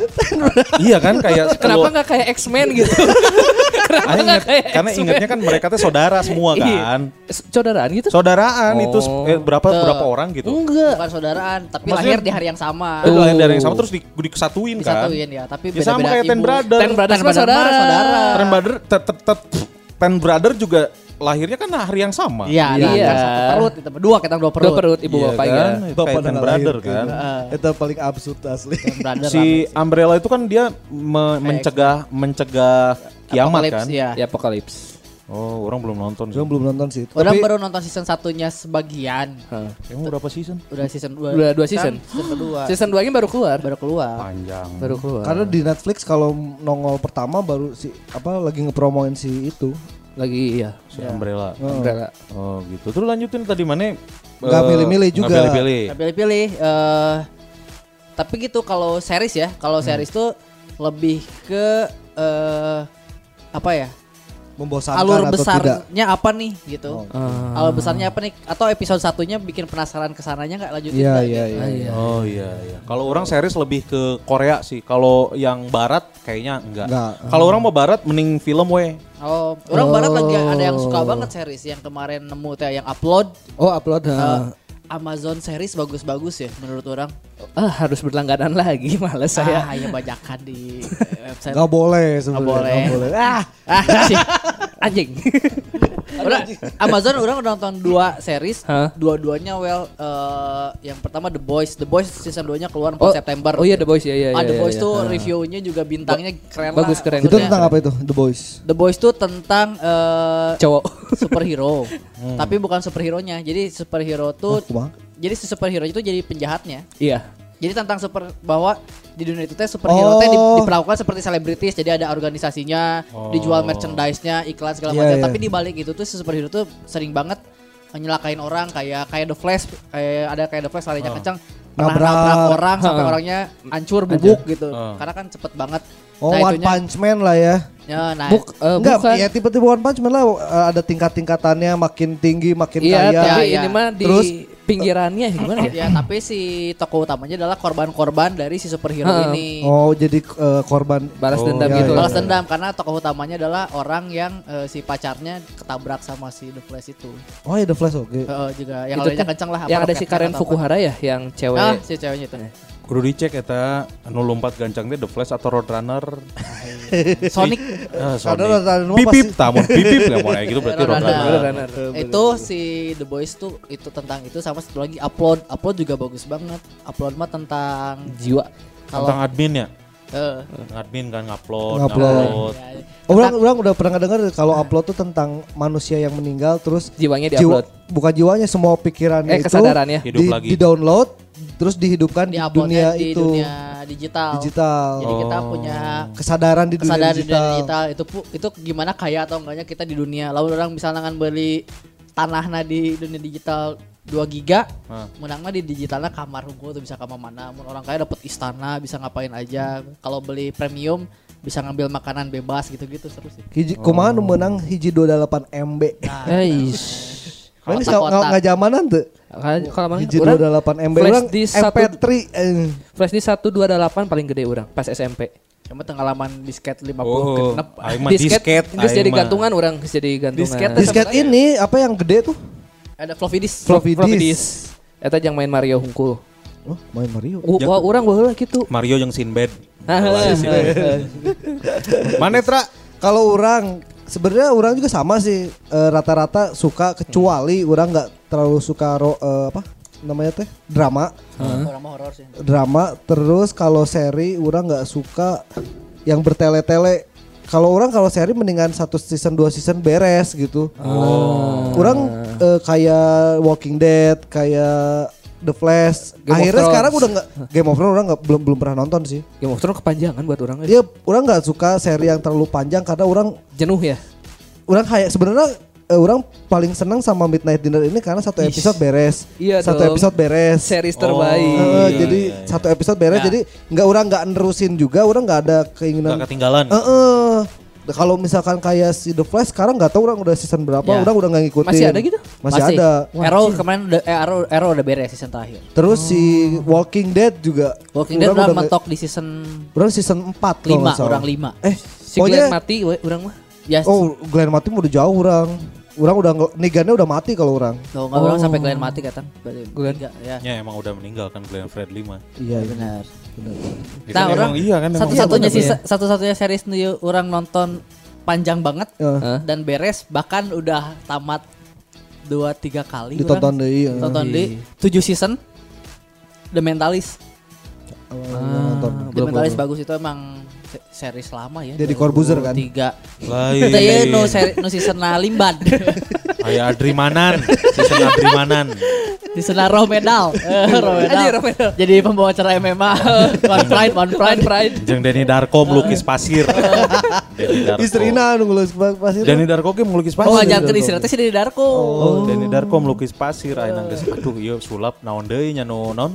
iya kan kayak
Kenapa
keluar-
nggak kayak X-Men gitu? Kenapa
Ah,
nggak
ingat-
kayak Iya.
karena
X-Men?
ingatnya kan mereka tuh saudara semua kan.
S- Saudaraan gitu?
Saudaraan itu
Oh.
eh, berapa
Tuh.
berapa orang gitu.
Enggak.
bukan saudaraan, tapi
Maksudnya-
lahir di hari yang sama.
Eh, lahir dari yang sama terus di, dikesatuin kan.
Disatuin Uh. ya, tapi
Ya sama
beda-beda
kayak Ten
ibu.
Brother.
Ten Brothers
Ten
mah
Brother mah
saudara.
saudara.
Ten Brother te- te- te- Ten Brother juga lahirnya kan hari yang sama.
Iya.
Iya, nah, kan satu perut itu dua kita dua
Perut.
perut.
perut ibu
Iya
bapaknya.
kan? Kayak Ten Brother kan.
Itu paling absurd asli.
Ten Brother
Si
rame sih.
Umbrella itu kan dia me- mencegah mencegah kiamat
Apocalypse,
kan.
iya.
Ya Apokalips.
Oh, orang belum nonton sih.
Gue <laughs> belum nonton sih. itu.
Orang
Tapi
baru nonton season satunya sebagian.
Emang berapa season?
Udah season 2.
Udah dua season.
season kedua.
Season 2 nya baru keluar.
baru keluar.
Panjang.
Baru keluar.
karena di Netflix kalau nongol pertama baru si apa lagi ngepromoin si itu.
Lagi iya.
Si Umbrella.
Umbrella.
Oh gitu. Terus lanjutin tadi mana?
Nggak
eh,
milih-milih
nggak
juga.
milih-milih.
Iya.
Nggak pilih-pilih eh, tapi gitu kalau series ya, kalau
Hmm.
series tuh lebih ke eh apa ya?
Membosankan
Alur
atau tidak?
besarnya apa nih
Oh.
gitu.
Ah.
Alur besarnya apa nih? Atau episode satunya bikin penasaran kesananya nggak lanjutin
Iya iya
nggak gitu.
iya.
iya.
Oh iya iya. Kalau orang series lebih ke Korea sih. Kalau yang barat kayaknya enggak.
Enggak. eh.
Kalau orang mau barat mending film we.
Oh, orang barat lagi ada yang suka banget series yang kemarin nemu teh yang upload
Oh upload.
eh, Amazon series bagus-bagus ya menurut orang.
Ah harus berlangganan lagi <laughs> males
Saya
saya.
hanya bajakan di
<laughs>
website.
Gak boleh sebenarnya.
boleh.
nggak Ah,
Ah, <laughs> sih.
Anjing.
Orang- Amazon orang udah nonton dua series,
Hah?
dua-duanya well eh, yang pertama The Boys. The Boys season 2-nya keluar 4 September.
Oh iya The Boys ya ya.
Ah, The Boys tuh
review
reviewnya juga bintangnya keren
bagus,
lah.
keren.
itu
Maksudnya,
tentang apa itu? The Boys.
The Boys tuh tentang eh,
cowok. <laughs>
superhero.
Hmm.
Tapi bukan superhero-nya. Jadi superhero tuh
Ah, kumaha?
jadi si superhero itu jadi penjahatnya.
Iya.
Jadi tentang super bahwa di dunia itu teh superhero teh di-
Oh.
diperlakukan seperti selebritis. Jadi ada organisasinya, dijual merchandise-nya, iklan segala
Oh. Iya,
macam.
iya.
Tapi di balik itu tuh si superhero tuh sering banget nyelakain orang kayak kayak The Flash, kayak ada kayak The Flash larinya kencang, pernah
Oh. Nabrak.
nabrak orang sampai
Ha.
orangnya hancur bubuk gitu. Karena kan cepet banget.
Oh,
Nah,
One
itunya-
Punch Man lah ya.
Ya, nah,
Buk, eh,
Enggak,
bukan.
ya tiba-tiba One Punch Man lah eh, ada tingkat-tingkatannya makin tinggi, makin
Iya,
kaya.
tapi
Iya,
ini
iya.
mah di
Terus,
pinggirannya gimana ya?
ya tapi si tokoh utamanya adalah korban-korban dari si superhero
Ha.
ini.
Oh, jadi eh, korban
Balas
Oh,
dendam
iya,
gitu.
iya.
Balas dendam karena tokoh utamanya adalah orang yang eh, si pacarnya ketabrak sama si The Flash itu.
Oh ya The Flash oke.
Heeh, juga
Iya.
yang
Itu
larinya
tuh
kencang iya, lah. apa
Yang ada si
roket
Karen
atau apa.
Fukuhara ya, Iya. yang cewek.
Ah, si ceweknya itu.
Kudu dicek eta anu lompat gancang teh The Flash atau Roadrunner.
<laughs>
<laughs>
Sonic
Ah,
Karena
Sonic.
Roadrunner mah
Pipip
pasti-
tamun pipip ya mau kayak
<laughs>
gitu berarti
Roadrunner.
Roadrunner.
Runner.
itu si The Boys tuh itu tentang itu sama satu lagi upload upload juga bagus banget upload mah tentang
Jiwa.
Tentang
kalau
adminnya.
eh,
Admin kan ngupload,
Ngupload.
ngupload.
ya,
Oh, Orang orang udah pernah dengar kalau upload tuh tentang manusia yang meninggal terus
Jiwanya diupload.
jiwa bukan jiwanya semua
Eh,
pikirannya itu
kesadarannya.
Hidup
di,
lagi.
download terus dihidupkan di
di-uploadnya
dunia
di
itu
dunia digital.
digital.
Jadi kita
Oh.
punya
Kesadaran di dunia
kesadaran di dunia
digital.
digital itu pu- itu gimana kaya atau enggaknya kita di dunia. Lalu orang misalnya kan beli tanahnya di dunia digital 2 giga,
Hah.
menangnya di digitalnya kamar hukum tuh bisa kamar mana. Mun orang kaya dapat istana, bisa ngapain aja. Kalau beli premium bisa ngambil makanan bebas gitu-gitu seru sih.
Hiji kumaha nu menang hiji 28 MB.
Nah, Ah.
Eis.
Ini
Kotak-kotak.
nggak zamanan tuh.
Kan Kalau mana?
Iya. Hiji
Orang
28 MB
flash
orang
di
MP3 eh.
flash disk 128 paling gede orang pas SMP.
Cuma pengalaman disket 50
Oh,
genep.
aing mah disket,
Terus
aing
jadi
mah.
gantungan orang, terus jadi gantungan.
Disket teh
Disket ini apa yang gede tuh?
Ada floppy disk.
Floppy
Floppy
disk.
disk. Eta yang main Mario hungkul.
Oh, main Mario.
Wah, orang baheula gitu.
Mario yang Sinbad.
<laughs> Manetra. Kalau orang sebenarnya orang juga sama sih eh, rata-rata suka kecuali orang nggak terlalu suka ro, eh, apa namanya teh drama
Orang mah horor sih.
drama terus kalau seri orang nggak suka yang bertele-tele kalau orang kalau seri mendingan satu season dua season beres gitu
Oh.
orang eh, kayak Walking Dead kayak The Flash
Game of
akhirnya
Thrones.
sekarang udah nggak Game of Thrones orang nggak belum belum pernah nonton sih
Game of Thrones kepanjangan buat Ya, orang.
dia orang nggak suka seri yang terlalu panjang karena orang
Jenuh ya.
orang kayak sebenarnya eh, orang paling senang sama Midnight Dinner ini karena satu
Ih.
episode beres,
Iya
satu
dong.
episode beres.
Series
Eh,
terbaik.
Iya,
jadi
iya, iya.
Nah.
satu episode beres, jadi nggak orang nggak nerusin juga, orang nggak ada keinginan.
Enggak ketinggalan.
Eh, eh. Kalau misalkan kayak si The Flash sekarang nggak tahu orang udah season berapa,
Ya.
orang udah nggak ngikutin.
Iya. Masih ada gitu?
Masih, ada.
Arrow kemarin udah eh, Arrow, Arrow udah beres season terakhir.
Terus si
Oh.
Walking Dead juga.
Walking Dead
Orang
udah
nggak-
mentok di season
Orang season 4
5, orang 5.
Eh,
Si
pokoknya
Glenn mati, we, orang mah.
Yes. Oh,
Oh, Glenn mati udah jauh orang. Orang udah nge- Negannya udah mati kalau orang.
Tuh, nggak orang sampai kalian mati kata. Glenn. Ya.
Ya emang udah meninggal kan Glenn Fredly mah.
Iya,
Benar.
benar.
Ya
Nah,
kan
orang
emang iya kan emang.
satu-satunya
Iya, bener,
sih satu-satunya series nih orang nonton panjang banget
Eh,
Hah?
dan beres bahkan udah tamat dua tiga kali
ditonton
orang.
deh iya.
Tonton di 7 season The Mentalist
Awal- awal nonton.
The Mentalist bagus itu emang se- series lama ya
Jadi Corbuzier kan?
tiga
Lain.
Itu ya no, seri, no season na limban
Kayak Adri Manan, season Adri Manan.
Season na raw medal Eh, Raw medal.
Anjir, raw medal.
Jadi pembawa acara MMA <laughs> One pride, one pride, pride
Jeung Denny Darko melukis
<laughs>
pasir. Denny Darko.
Istrina nu ngelulis pas- pas itu.
Denny Darko ge melukis pasir.
Oh ngajar ke istri teh sih dari Darko
Oh, Denny Darko melukis pasir aing nang geus aduh ieu sulap naon deui nya nu naon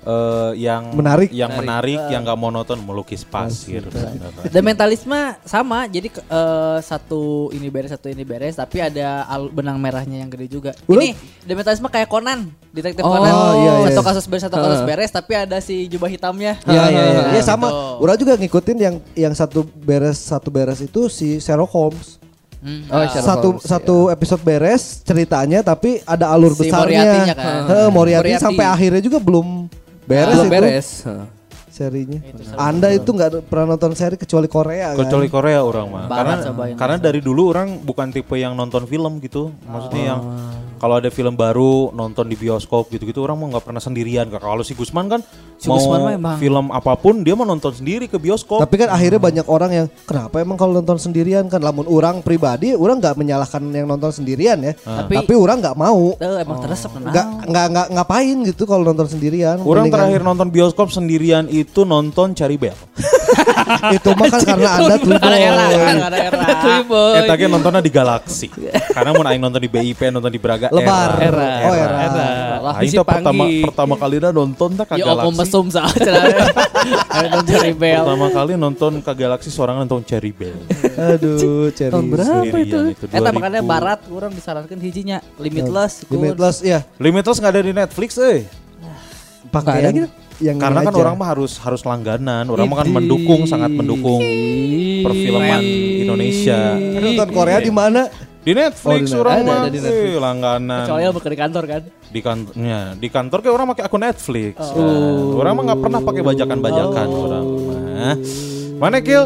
eh, yang
Menarik.
yang menarik,
Iya.
yang gak monoton melukis pasir. Bener.
Dan mentalisme sama, jadi ke- eh, satu ini beres, satu ini beres, tapi ada al- benang merahnya yang gede juga.
Udah.
Ini the mentalisme kayak Conan, detektif
Oh,
Conan.
iya, iya.
Satu kasus beres, satu
Heeh.
kasus beres, tapi ada si jubah hitamnya.
Iya iya iya.
Nah,
Iya sama.
gitu.
Orang juga ngikutin yang yang satu beres satu beres itu si Sherlock Holmes.
Hmm,
Oh,
nah.
Sherlock
satu
Holmes,
satu episode beres ceritanya tapi ada alur
Si
besarnya.
Moriarty-nya kan.
Heh, Moriarty,
Moriarty.
sampai akhirnya juga belum
Belum
beres itu
beres.
serinya. Anda itu nggak pernah nonton seri kecuali Korea kan?
Kecuali Korea orang mah.
Banget
Karena
coba yang
karena dari dulu orang bukan tipe yang nonton film gitu. Maksudnya yang
Ah.
kalau ada film baru nonton di bioskop gitu-gitu orang mah nggak pernah sendirian. Kak. Kalau si Gusman kan
Si
mau
Gusman mah emang-
film apapun dia mau nonton sendiri ke bioskop.
Tapi kan akhirnya banyak orang yang kenapa emang kalau nonton sendirian kan? Lamun orang pribadi, orang nggak menyalahkan yang nonton sendirian ya. Tapi,
Ah.
Tapi-
orang nggak mau,
Tuh, emang teresep nah.
nggak nggak nggak ngapain gitu kalau nonton sendirian.
orang
Mendingan-
terakhir nonton bioskop sendirian itu nonton Cari Bel.
<laughs> itu mah kan karena anda tuh
Ada era, kan, ada era.
Cuy boy.
Eh tagnya nontonnya di Galaxy. karena mau aing nonton di BIP, nonton di Braga.
Lebar.
Era.
Oh, era.
Era.
Lah,
Aing
si
teh pertama
Panggi.
pertama kali nonton teh ke
Ya om
Galaxy.
mesum sah
<laughs>
cenah. Ada nonton rebel.
Pertama kali nonton ke Galaxy seorang nonton Cherry
<laughs>
Bell.
Aduh, ceri.
Berapa itu?
Eh, kan
Eta makanya barat kurang disarankan hijinya limitless, good.
Limitless ya.
Limitless nggak ada di Netflix, eh.
Pakai yang, yang
Karena
ini
kan
aja.
orang mah harus harus langganan. Orang mah kan mendukung, sangat mendukung perfilman Indonesia.
nonton Korea di mana?
Di Netflix
Oh, di
orang
Net- ada,
mah
ada di
eh,
Netflix.
langganan.
Soalnya bukan di kantor kan.
Di kantornya, di kantor kayak orang pakai akun Netflix. Nah, orang mah nggak pernah pakai bajakan-bajakan orang mah. Eh, Mana Gil?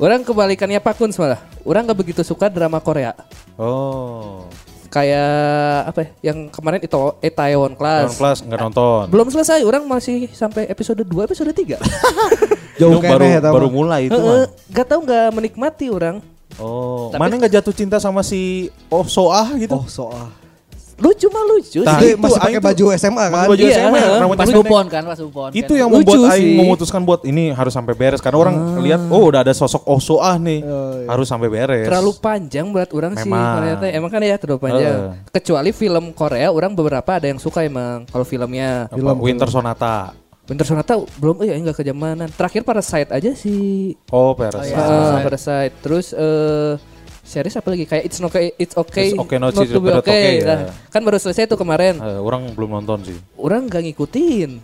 Orang kebalikannya Pak Kun malah. Orang nggak begitu suka drama Korea.
Oh,
Kayak apa ya? Yang kemarin itu
Tahun
Itaewon Class.
kelas nggak nonton.
Belum selesai, orang masih sampai episode 2, episode 3.
Itu
Jauh ya, kene
baru
eta mah.
baru mulai <laughs> itu mah.
Gak tau gak menikmati orang.
Oh, mana nggak jatuh cinta sama si Oh Soah gitu?
Oh, soal.
Lucu mah lucu.
Tah.
sih.
Itu
itu,
masih pakai
aing tuh-
baju SMA kan?
Pakai baju
Iya,
SMA,
heeh.
rambutnya
Pas
pendek.
Bupon kan, pas Bupon.
Itu
kan.
yang
Lucu
membuat Aing
sih.
memutuskan buat ini harus sampai beres karena orang lihat oh udah ada sosok Oh Soah nih harus sampai beres.
Terlalu panjang berat orang sih
Memang.
Korea teh. Emang kan ya terlalu panjang.
Heeh.
Kecuali film Korea orang beberapa ada yang suka emang kalau filmnya.
Apa, Winter Sonata.
Winter Sonata belum eh enggak kejamanan. Terakhir Parasite aja sih.
Oh beres.
Heeh, Ah, Parasite. Terus eh series apa lagi kayak It's Okay It's Okay.
It's Okay, Not
to
to
Be
Be
Okay.
Okay, ya.
Nah, kan baru selesai tuh kemarin.
Eh, orang belum nonton sih. Eh,
Orang nggak ngikutin.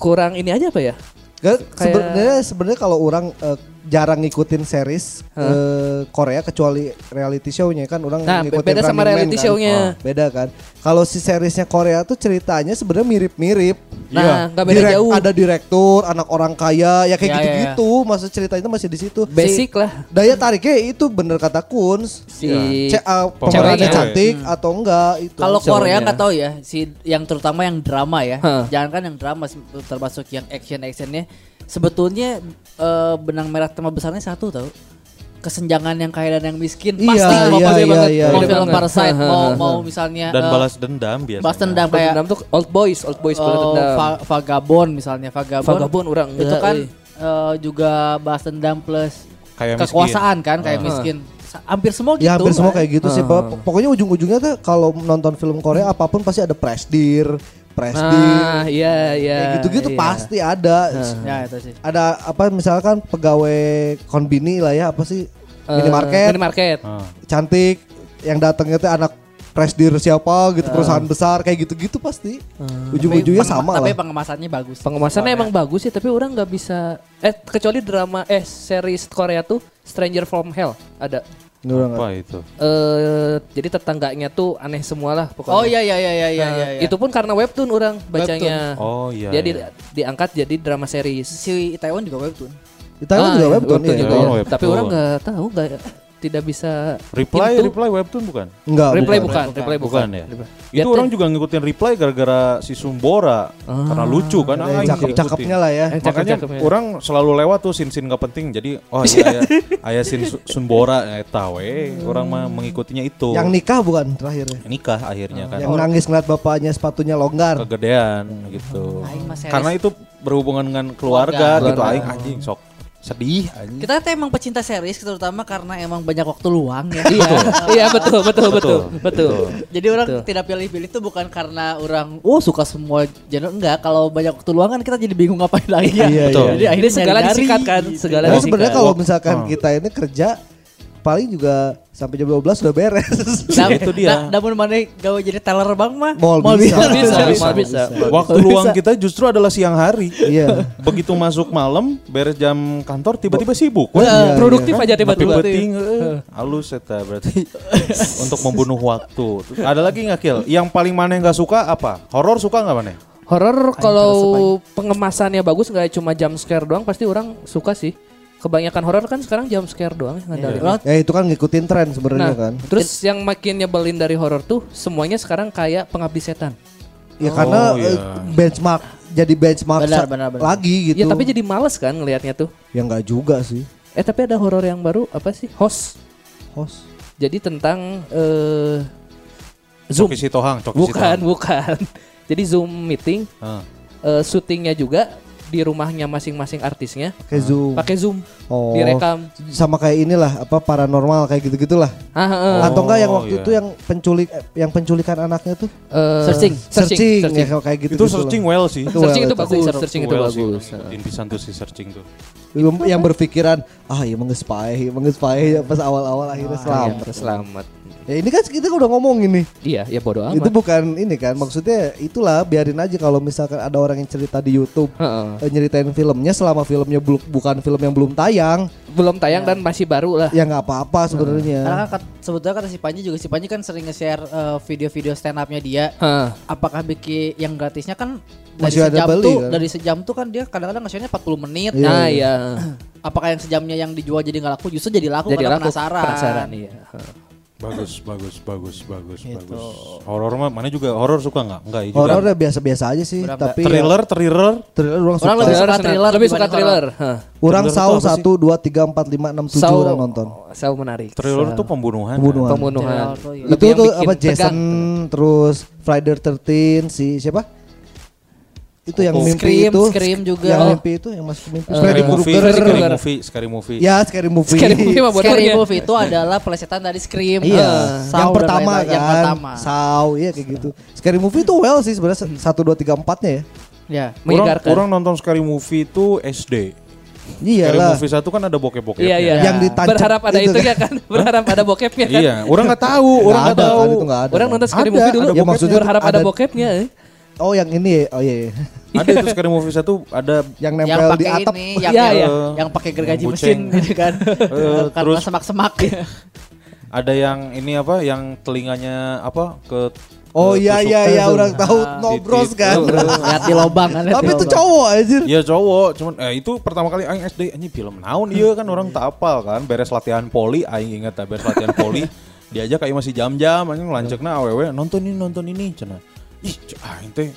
Kurang ini aja apa ya?
Gak,
Kayak-
sebenarnya sebenarnya kalau orang eh, jarang ngikutin series eh, Korea kecuali reality show-nya kan orang
Nah,
ngikutin
beda sama
Running Man
reality
kan.
show-nya.
Oh, beda kan. Kalau si seriesnya Korea tuh ceritanya sebenarnya mirip-mirip. Iya.
Nah, nggak beda
Direk-
jauh.
Ada direktur, anak orang kaya, ya kayak
Ya, ya,
gitu-gitu. Masa ceritanya masih di situ.
Basic lah.
Daya tariknya itu bener kata Kunz.
Si Hmm.
Ce- eh,
Ceweknya.
pemerannya cantik atau enggak itu.
Kalau Korea
Cowoknya.
nggak tahu ya, si yang terutama yang drama ya,
Hah.
jangan kan yang drama se- termasuk yang action actionnya, sebetulnya eh, benang merah tema besarnya satu tau kesenjangan yang kaya dan yang miskin
Iya,
pasti mau
iya,
pasti
iya,
banget
iya,
mau
iya.
film
Banget.
Parasite
Hah,
mau
hah,
mau misalnya
Dan ya,
eh,
balas dendam biasanya.
balas dendam kayak
Vietnam tuh old boys, old boys
eh,
balas dendam.
Va- vagabond misalnya vagabond
Vagabond orang
itu
iya,
enggak,
kan
euy.
eh, juga balas dendam plus
Kayak miskin.
kekuasaan kan kayak miskin Sa- hampir semua gitu
Ya hampir semua
kan.
kayak gitu
Ah.
sih. Pak. Pokoknya ujung-ujungnya tuh kalau nonton film Korea apapun pasti ada presdir, presdir,
Nah, iya iya.
kayak gitu-gitu
iya. Ah.
pasti ada.
ya itu sih
Ada apa misalkan pegawai konbini lah ya apa sih?
eh,
Minimarket.
minimarket.
Ah.
cantik yang datangnya tuh anak presdir siapa
Ah.
gitu perusahaan besar kayak gitu-gitu pasti ujung-ujungnya
Pengema-
Iya, sama
tapi
lah
pengemasannya bagus.
Pengemasannya emang bagus sih, tapi orang nggak bisa. Eh kecuali drama eh series Korea tuh Stranger from Hell ada.
Ini orang
Apa itu?
Eh jadi tetangganya tuh aneh semualah pokoknya.
Oh iya iya iya iya iya.
Nah,
iya, iya.
Itu pun karena webtoon orang bacanya.
Oh iya.
Dia di-
iya.
diangkat jadi drama series.
si Taiwan juga webtoon.
di
Ah,
Taiwan juga
iya,
webtoon ya
juga. Taiwan
Tapi
webtoon.
orang nggak tahu nggak tidak bisa
Reply,
into-
reply webtoon bukan?
enggak
reply
bukan.
bukan, reply bukan.
ya.
Reply.
Itu
Lihat
orang
tuh.
juga ngikutin reply gara-gara si Sumbora karena lucu kan.
Ada
ah,
yang
ini
Eh, cakep-cakepnya lah ya
Eh,
ngikutin. Makanya
cakep-cakepnya.
orang selalu lewat tuh sin-sin gak penting. Jadi oh iya ayah, ayah sin Su- Sumbora eta we. Orang mah mengikutinya itu.
yang nikah bukan terakhirnya
nikah akhirnya
Eh,
kan.
yang nangis ngeliat bapaknya sepatunya longgar
kegedean gitu.
Aing mah series.
Karena itu berhubungan dengan keluarga,
Keluarga.
gitu aing anjing sok sedih anjing.
Kita tuh emang pecinta series terutama karena emang banyak waktu luang
Iya,
ya.
<laughs> iya betul, betul, betul, betul.
Jadi orang
Betul.
tidak pilih-pilih itu bukan karena orang oh suka semua genre enggak. Kalau banyak waktu luang kan kita jadi bingung ngapain lagi ya.
Iya,
Betul.
Jadi
Jadi
akhirnya
segala
nyari-nyari. Iya. Nah,
disikat kan,
<laughs>
segala
Karena
disikat.
sebenarnya kalau misalkan
Oh.
kita ini kerja paling juga sampai jam 12 sudah beres <laughs>
Nah,
Itu dia.
Nah, namun mana gawe jadi teller bang mah?
Mall bisa.
Mal bisa,
Mal bisa.
mal Nah, bisa.
Waktu luang kita justru adalah siang hari.
Iya.
Begitu masuk malam, beres jam kantor tiba-tiba sibuk.
Eh, produktif aja
Tapi
tiba-tiba.
penting eh, halus eta berarti untuk membunuh waktu. Terus Ada lagi nggak Kil? Yang paling mana yang nggak suka apa? Horor suka nggak mana?
Horor Nah, kalau pengemasannya bagus nggak cuma jump scare doang pasti orang suka sih. Kebanyakan horor kan sekarang jump scare doang yang ngandalin.
ya itu kan ngikutin tren sebenarnya
Nah,
kan
terus yang makin nyebelin dari horor tuh semuanya sekarang kayak pengabdi setan.
ya karena
iya.
eh, benchmark jadi benchmark
Benar,
sa-
benar, benar.
lagi gitu
Ya tapi jadi males kan ngelihatnya tuh.
ya nggak juga sih
Eh tapi ada horor yang baru apa sih? Host.
host
Jadi tentang eh Zoom.
Coki Sitohang, Coki
Bukan,
Sitohang.
bukan. <laughs> Jadi Zoom meeting,
Ah.
eh, syutingnya juga di rumahnya masing-masing artisnya
pakai zoom
Nah, pakai Zoom.
oh
direkam.
sama kayak inilah apa paranormal kayak gitu gitulah
Ah, ah, ah.
atau enggak yang waktu
iya.
itu yang penculik eh, yang penculikan anaknya tuh
Eh,
Searching.
searching,
searching, ya,
searching.
kayak gitu
Itu searching well sih.
Itu
Searching
well,
itu
itu.
bagus, searching itu
well sih,
bagus.
orang ngikutin pisan tuh si searching tuh.
yang, yang berpikiran ah ya mengespai mengespai ya, pas awal-awal akhirnya
Selamat.
selamat
selamat.
ya ini kan kita udah ngomongin nih
Iya, ya bodo amat.
Itu bukan ini kan maksudnya itulah biarin aja kalau misalkan ada orang yang cerita di YouTube
Heeh.
eh, nyeritain filmnya selama filmnya belum bukan film yang belum tayang
Belum
Iya.
tayang dan masih baru lah.
ya nggak apa-apa
Karena
sebenarnya.
kan kat- sebetulnya kata si Panji juga si Panji kan sering nge-share eh, video-video stand up-nya dia.
Heeh.
Apakah bikin yang gratisnya kan dari
Masih ada
sejam
beli,
tuh,
kan?
dari sejam tuh kan dia kadang-kadang nge-share-nya 40 menit.
Iya,
nah,
iya.
iya.
Apakah yang sejamnya yang dijual jadi nggak laku justru jadi laku
Jadi
karena
laku
penasaran.
penasaran iya. Heeh.
Bagus, bagus, bagus, bagus,
Gitu.
bagus. Horor mah mana juga horor suka nggak? Enggak juga.
Horor
ya,
udah biasa-biasa aja sih,
Berapa?
tapi
thriller, thriller.
ya, thriller orang
Orang
suka.
lebih suka
senang-
thriller
lebih suka
dibanding
thriller. Heeh.
Orang
Thriller
saw
itu apa sih?
satu dua tiga empat lima enam tujuh
Saw- oh,
orang nonton.
Saw menarik.
Thriller
Saw.
tuh pembunuhan.
Pembunuhan.
pembunuhan.
Thriller tuh, iya.
Lebih
Itu
yang
tuh
bikin
apa
tegang.
Jason terus Friday 13 si siapa? Itu yang
Oh.
mimpi
Scream,
itu.
Scream juga.
Yang
Oh.
mimpi itu yang masuk
Eh,
mimpi.
Scary
Freddy
movie,
Krueger.
scary
Krueger.
movie, scary movie.
Ya, scary movie.
Scary movie
<laughs>
mah bodoh
Scary
ya.
movie itu adalah pelesetan dari Scream.
Iya,
Eh, Saw
yang
dan
pertama
lain-lain.
kan.
Yang pertama.
Saw, iya kayak gitu. Scary movie itu well sih sebenarnya se- satu dua tiga empatnya ya.
Ya.
Orang,
Menyegarkan.
orang nonton scary movie itu SD. Scary
Iyalah.
movie satu kan ada bokep-bokepnya.
Iya, iya.
Yang ditancap
Berharap ada
itu
itu ya kan. <laughs> Berharap ada bokepnya kan.
Iya, orang nggak tahu, orang
Nggak
nggak
ada
tahu.
kan, itu nggak ada.
Orang nonton scary
Ada,
movie dulu
ada
bokepnya. maksudnya
berharap ada
ada-
bokepnya. eh.
Oh, yang ini ya. Oh iya. <laughs> iya.
Ada itu scary movie satu ada
Yang
Yang
nempel di
pakai
atap.
<laughs>
ini, yang
Iya,
yang,
iya.
yang pakai gergaji
Yang
mesin
buceng.
gitu
<laughs>
kan.
Eh,
Karena
terus- Iya.
semak-semak. <laughs>
ada yang ini apa yang telinganya apa ke
Oh
ke
iya
tusuk.
iya iya orang tahu
Nah,
Nah,
nobros
Titit. <laughs>
kan.
Lihat di lobang kan. lihat
Tapi
di
itu
lobang.
cowok anjir.
Iya cowok, cuman eh itu pertama kali aing SD anjing film naon ieu kan orang tak apal kan beres latihan poli aing inget tak beres latihan
<laughs>
poli diajak aing masih jam-jam anjing lanceukna awewe nonton ini nonton ini cenah. Ih c- aing teh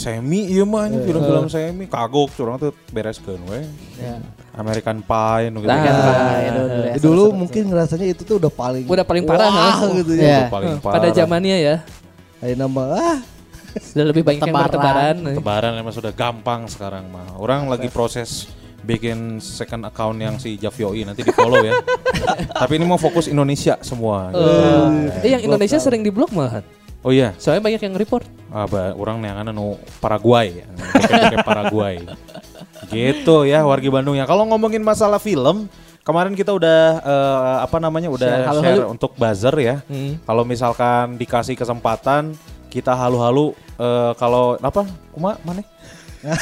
semi ieu mah
Iya.
anjing film-film semi kagok curang teh bereskeun we.
Ya.
American Pie nu gitu.
Iya. Nah,
Kan.
Iya.
Ah, ya, dulu, dulu, ya.
Dulu mungkin ngerasanya itu tuh udah paling
Udah paling parah
Wah,
ya.
gitu ya.
Ya.
Itu paling parah.
Pada zamannya ya.
Ada nama ah
Sudah lebih banyak yang bertebaran.
Bertebaran.
eh.
Tebaran emang sudah gampang sekarang mah. Orang lagi proses bikin second account yang si Javioi nanti di follow
<laughs>
ya. Tapi ini mau fokus Indonesia semua. gitu.
Iya.
Eh, yang Indonesia sering diblok malahan.
Oh iya,
Soalnya banyak yang report.
ah, ba- orang neangan nu Paraguay,
<laughs>
pakai Paraguay. Gitu ya wargi Bandung ya. Kalau ngomongin masalah film, Kemarin kita udah eh, apa namanya udah
Share
share,
halu-halu.
untuk buzzer ya.
Hmm.
Kalau misalkan dikasih kesempatan kita halu-halu eh, kalau apa? Kuma mana?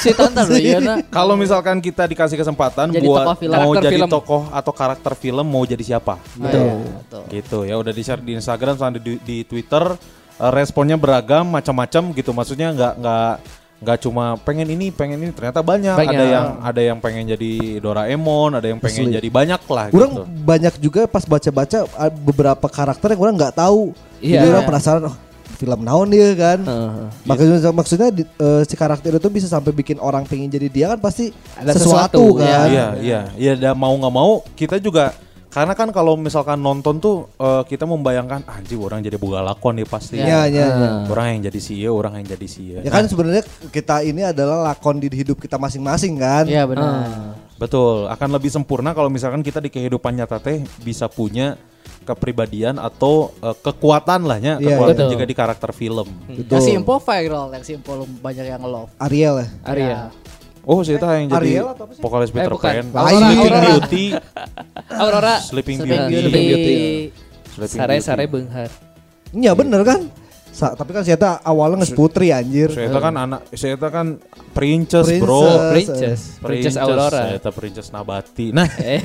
Si tonton lu iya na.
Kalau misalkan kita dikasih kesempatan
Jadi
buat
tokoh film.
mau
Karakter
jadi
film.
tokoh atau karakter film mau jadi siapa?
Betul. Iya, betul.
Gitu ya udah di share di Instagram sama di, di Twitter Eh, responnya beragam macam-macam gitu maksudnya nggak nggak nggak cuma pengen ini pengen ini ternyata banyak.
Banyak.
ada yang ada yang pengen jadi Doraemon ada yang pengen
Asli.
jadi banyak lah
Orang
gitu
banyak juga pas baca-baca ah, beberapa karakter yang orang nggak tahu.
Iya.
Jadi orang penasaran oh, film naon dia kan.
Heeh.
Makanya maksudnya di- eh, si karakter itu bisa sampai bikin orang pengen jadi dia kan pasti
Ada
sesuatu,
sesuatu,
kan.
Iya, iya, iya. Dan mau nggak mau kita juga karena kan kalau misalkan nonton tuh eh, kita membayangkan anjir orang jadi buka lakon nih pasti.
Iya, iya, iya.
Orang yang jadi CEO, orang yang jadi E CEO.
Ya kan sebenarnya kita ini adalah lakon di hidup kita masing-masing kan.
Iya benar.
Betul, akan lebih sempurna kalau misalkan kita di kehidupan nyata teh bisa punya kepribadian atau eh, kekuatan lahnya
Iya,
kekuatan
iya.
juga di karakter film.
Betul.
Kasih info viral, kasih info banyak yang love.
Ariel ya.
Arya.
Oh, saya tahu yang jadi
Ariel atau apa sih?
vokalis Peter
Eh, bukan.
Pan, Sleeping
Lain. Aurora.
Beauty,
Iya.
Aurora.
Sleeping
Sleeping
Beauty,
Beauty.
Sleeping
Sare
Beauty.
sare benghar.
Iya bener kan. Sa- tapi kan ternyata awalnya nges putri anjir.
Saya kan anak, saya kan princess,
Princess.
bro.
Princess. Princess Aurora.
Eta Princess Nabati. Nah,
Eh,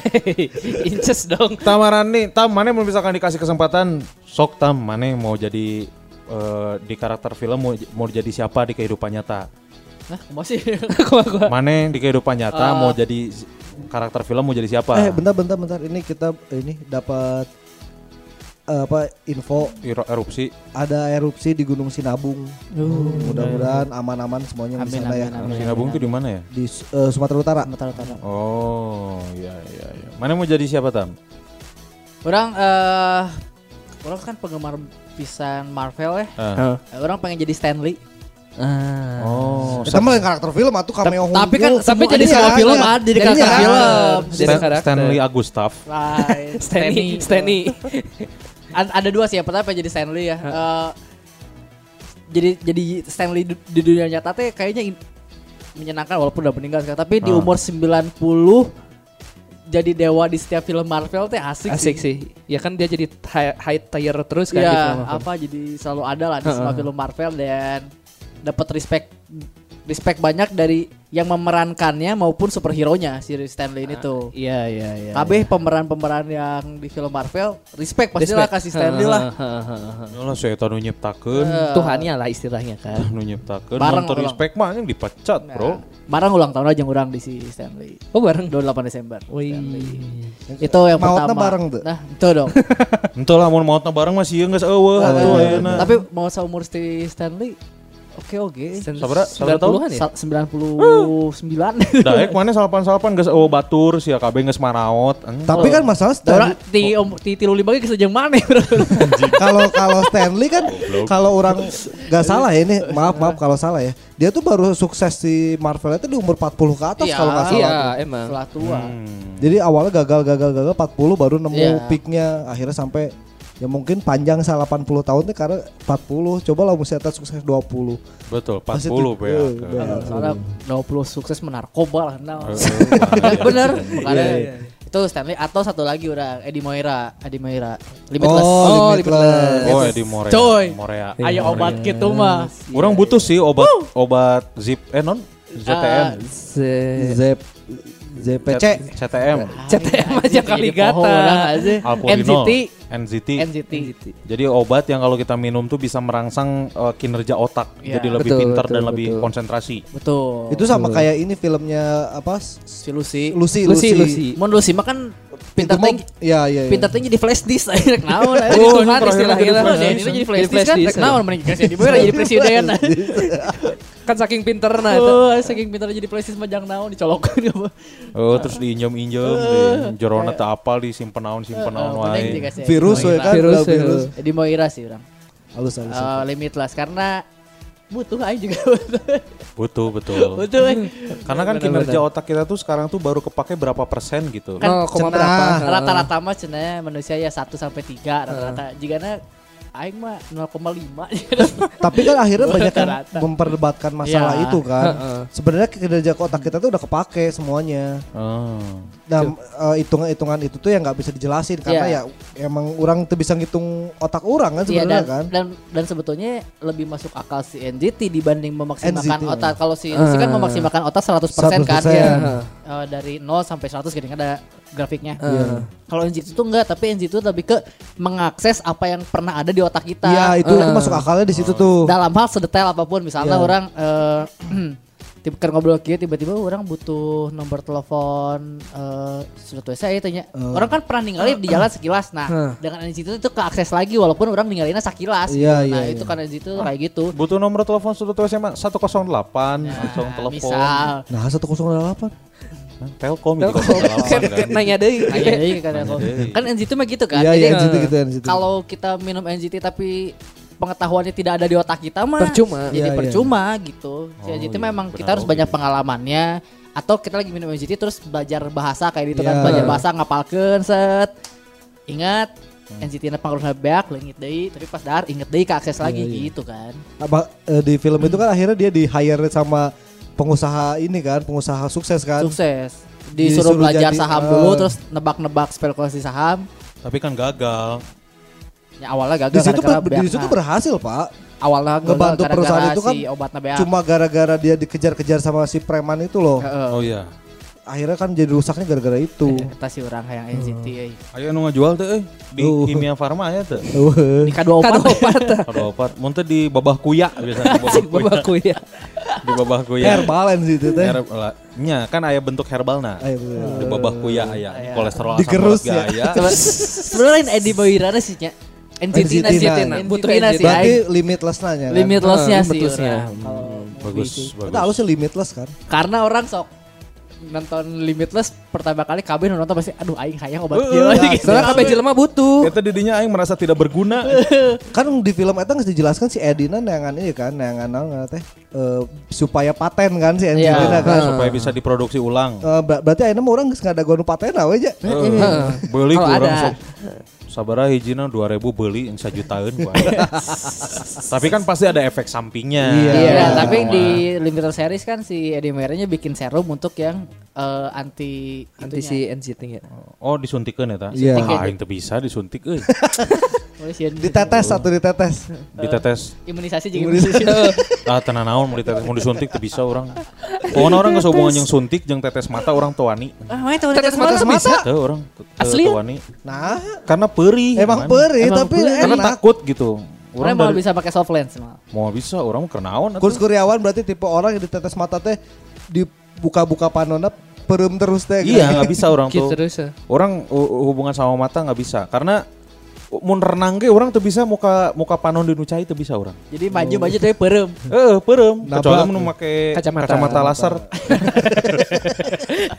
<laughs> Inces dong.
Tamaran nih, Tam mana mau misalkan dikasih kesempatan sok Tam mana mau jadi eh, di karakter film mau, mau jadi siapa di kehidupan nyata?
Nah, masih <laughs>
Mana di kehidupan nyata mau jadi s- karakter film mau jadi siapa?
Eh bentar bentar bentar ini kita ini dapat eh, apa info
Iro- erupsi.
ada erupsi di Gunung Sinabung. Mudah-mudahan aman-aman semuanya di
Oh. Amin,
sana ya.
amin, amin.
Sinabung itu di mana ya?
Di Su- eh, Sumatera Utara.
Bentar-bentar.
Oh, iya iya iya. Mana mau jadi siapa Tam?
Orang eh orang kan penggemar pisan Marvel ya.
Ah.
Heeh.
Eh, Orang pengen jadi Stanley.
Ah.
Oh,
Kita mah yang karakter film atuh cameo
Tapi kan
hungkul.
tapi
semua
jadi
ini
semua
kan,
film
iya.
ada jadi
Jadinya
karakter
kan.
film.
Jadi
Stan-
karakter.
Stanley Agustaf.
<laughs> Right,
Stanley, Stanley.
Ad- ada dua sih, yang pertama pengen jadi Stanley ya. Eh, jadi jadi Stanley du- di dunia nyata teh kayaknya in- menyenangkan walaupun udah meninggal sekarang, tapi di
Ah.
umur 90 jadi dewa di setiap film Marvel teh <laughs> asik,
Asik sih. Ya kan dia jadi high, high tier terus kan di
Ya,
film-film.
apa jadi selalu ada lah di
Heeh.
semua film Marvel dan dapat respect respect banyak dari yang memerankannya maupun superhero-nya si
Ah,
Stanley ini tuh.
Iya, iya, iya.
Kabeh pemeran-pemeran yang di film Marvel respect pastilah
Respect.
kasih Stanley
<laughs>
lah. Eh,
Heeh, heeh, heeh.
Nyolah saya tahu Ya nyiptakeun,
Tuhannya lah istilahnya kan.
nu nyiptakeun
Bareng
nonton
orang.
respect mah yang dipecat, Bro. <laughs>
Barang ulang tahun aja ngurang di si Stanley.
Oh bareng.
28 Desember.
Wih.
Itu yang
Mautnya
pertama.
bareng tuh.
Nah, itu
<laughs>
dong.
Entahlah mau mautna bareng mah sieun geus eueuh atuh ayeuna.
Tapi mau seumur si Stanley oke oke.
Sabra- sabra tahun?
90-an ya?
Sa-
<laughs>
99.
Daek mana salapan-salapan geus eueuh batur sia kabeh geus maraot. Eng.
Tapi kan masalah
Orang
Stan-
ti om ti tilu lima ge kesejeng mana
<laughs>
ya, bro.
kalau kalau Stanley kan kalau orang nggak salah ya ini maaf maaf kalau salah ya dia tuh baru sukses di Marvel itu di umur 40 ke atas kalau nggak salah
Iya,
tuh.
emang.
Setelah tua.
jadi awalnya gagal gagal gagal 40 baru nemu
Iya.
peaknya akhirnya sampai ya mungkin panjang salah 80 tahun tuh karena 40 coba lah misalnya sukses 20
Betul, 40
Pasti tuh,
Bea.
eh,
Ke-
iya.
Bea.
Eh,
Soalnya 20 sukses menarkoba lah. Nah,
eh,
<laughs> bener. Karena
Oh. <laughs> Iya, iya.
itu Stanley atau satu lagi udah Eddie Moira, Eddie
oh,
Moira,
Iya.
Limitless.
Limitless.
Gitu.
Oh, Edi Morea.
Coy.
Morea.
Iya.
Ayo obat gitu mah.
Orang butuh sih obat obat zip eh non
Eh,
ZTM.
Iya.
Se-
Zep ZPC
CTM.
CTM aja kali gata.
Alpurinol.
NCT.
NZT.
NCT.
Jadi obat yang kalau kita minum tuh bisa merangsang eh, kinerja otak
Iya.
jadi lebih
Betul,
pintar
betul,
dan lebih
betul.
konsentrasi.
Betul.
itu sama kayak ini filmnya apa
si Lucy.
Lucy
Lucy, Lucy.
Mon Lucy mah kan
pintar
pintar tinggi.
ya ya ya.
Pintar tinggi jadi flash disk <laughs> akhirnya naon aja
Oh,
Tuhan
terakhir
istilahnya
jadi
lah.
flash
Ini
disk.
jadi flash
Jadi
disk
flash
kan
disk.
rek naon mending kasih di beureum
<laughs>
jadi presiden.
Iya.
<laughs>
Kan saking pinter nah itu.
Tuh saking pintar jadi flash disk mah jang naon <laughs> dicolokkeun
Nah,
ke beuh.
Oh, terus diinjam-injam
Eh.
di jerona teu apal disimpen naon simpen naon
Mending
wae.
Oh, dikasih
virus
Moira.
ya kan
Virus,
Udah virus.
Jadi Moira sih orang.
halus halus
Eh, Limitless karena butuh aja juga <laughs> butuh.
Butuh,
<laughs>
betul.
butuh. eh.
Karena kan kinerja otak kita tuh sekarang tuh baru kepake berapa persen gitu.
Kan
cenah.
berapa?
Rata-rata mah cenah manusia ya 1 sampai 3 rata-rata. Jigana aing mah <laughs> 0,5.
Tapi kan
<laughs>
akhirnya banyak yang
Rata-rata.
memperdebatkan masalah
Ya.
itu
<laughs>
kan. Sebenarnya kinerja otak kita tuh udah kepake semuanya.
Oh.
Dan eh, hitungan-hitungan itu tuh yang nggak bisa dijelasin karena
Iya.
ya emang orang tuh bisa ngitung otak orang kan
Iya
sebenarnya
dan,
kan.
dan dan sebetulnya lebih masuk akal si NZT dibanding memaksimalkan
NZT, ya.
otak. Kalau si Lucy kan
Ah.
memaksimalkan otak 100%, kan.
100%.
Iya.
Heeh.
Eh, dari 0 sampai 100 gini kan ada grafiknya.
Iya.
Kalau NZT itu enggak, tapi NZT itu lebih ke mengakses apa yang pernah ada di otak kita.
Iya itu itu masuk akalnya di
Oh.
situ tuh.
Dalam hal sedetail apapun
Iya.
misalnya orang eh <clears throat> tiba kan ngobrol kieu tiba-tiba orang butuh nomor telepon eh sudah tuh saya tanya.
Eh.
Orang kan pernah ninggalin di jalan sekilas. Nah,
Hah.
dengan NZT itu keakses lagi walaupun orang ninggalinnya sekilas.
Iya,
gitu. nah,
iya,
itu
iya.
karena NZT itu kayak gitu.
Butuh nomor telepon sudah tuh SMA 108 langsung
Nah,
telepon.
Misal
Nah 108
Hah, Telkom itu 08 kan.
Gitu. <laughs> Nanya deh.
iya,
Nanya deui ke
Nanya
Telkom.
deui.
Kan NZT mah gitu kan.
Iya
Jadi,
iya NZT gitu NZT.
Kalau kita minum NZT tapi pengetahuannya tidak ada di otak kita mah
Percuma.
Jadi
Iya, iya.
percuma gitu. Si
Oh,
NZT
iya,
memang
benar
kita harus
juga.
banyak pengalamannya atau kita lagi minum NZT terus belajar bahasa kayak gitu
Iya.
kan belajar bahasa ngapalkeun set. Ingat
Hmm.
NZT na pangurus beak leungit deui tapi pas dahar inget deui ke akses lagi
iya.
gitu kan.
Apa, eh, di film itu kan akhirnya dia di hire sama pengusaha ini kan, pengusaha sukses kan.
Sukses.
Disuruh
Disuruh belajar
jadi,
saham
eh,
dulu terus nebak-nebak spekulasi saham.
Tapi kan gagal.
Ya awalnya
Di
gagal
situ
gara-gara kan.
ber-
beak
di situ
na.
berhasil pak.
awalnya gagal
Ngebantu
gara-gara
perusahaan itu kan
si obatnya beak.
Cuma gara-gara dia dikejar-kejar sama si preman itu loh.
Ya. Heeh.
Oh iya.
Akhirnya kan jadi rusaknya gara-gara itu.
Eta si orang hayang NCT euy.
Ayo nu ngajual teh euy di
Uh.
Kimia Farma ya teh.
<laughs>
Di kadua opat. <laughs>
Kalau opat mun teh di babah kuya biasanya babah kuya.
Aku ya.
di babah kuya.
Iya. Air balance itu teh.
Herbal. Nya kan aya bentuk herbalna.
Aya bener.
Di babah kuya aya kolesterol asam
Digerus
urat ge
ya.
aya.
Sebenarnya lain Edi Boyrana sih nya. NCT na
NCT
sih.
na.
butuh
Butuh
NCT
NCT.
na
Berarti
sih.
limitless nanya kan.
Limit lossnya sih.
limitlessnya.
orang. Kalau
Hmm, Bagus
Itu
bagus.
harusnya limitless kan.
Karena orang sok nonton Limitless pertama kali KB nu nonton pasti aduh aing hayang obat
Eh,
kieu
eh,
gitu.
Soalnya kabeh jelema butuh.
Eta didinya aing merasa tidak berguna.
Kan di film itu nggak dijelaskan si Edina neangan ini kan, neangan neangan teh eh, supaya paten kan si Edina
Nah,
Iya.
kan.
supaya bisa diproduksi ulang.
Eh, ber- berarti akhirnya mah orang nggak ada gua paten aja.
Iya.
Eh, Beli
Kalau
kurang
ada.
sok. Sabara hijina 2000 beli yang sajutaan
<laughs>
gua. Tapi kan pasti ada efek sampingnya.
Iya.
Iya,
Iya.
tapi di Limitless series kan si Eddie Moyrana bikin serum untuk yang eh, anti
Nanti
itunya.
si NCT-nya.
Oh disuntikan ya ta?
Iya.
Ah, aing teu bisa disuntik euy.
Oh, si Eddie-
Ditetes satu ditetes.
Iya.
Ditetes.
imunisasi jeung imunisasi.
Ah tenan naon mun ditetes mun disuntik teu bisa urang. Pokona urang geus hubungan jeung suntik jeung tetes mata urang teu wani.
Ah,
Tetes mata bisa.
Teu urang teu- teu-
Asli
teu
ya?
wani.
Nah,
Karena perih.
emang
kan.
perih
Emang
tapi
perih.
Karena
enak.
takut gitu. Urang
Orang mau
dari,
bisa pakai soft lens mal.
mau bisa urang mah kenaon atuh.
Kurs Kuryawan berarti tipe orang yang ditetes mata teh dibuka-buka panona perem terus teh. gitu.
Iya, nggak bisa orang
Gitu
tuh.
terus. ya.
orang hu- hubungan sama mata nggak bisa karena mun renang ge orang tuh bisa muka muka panon di nucai tuh bisa orang.
Jadi maju maju
Oh.
tapi perem.
Hmm.
Heeh, perem.
Nabrak.
Kecuali mun make
Kacamata.
laser.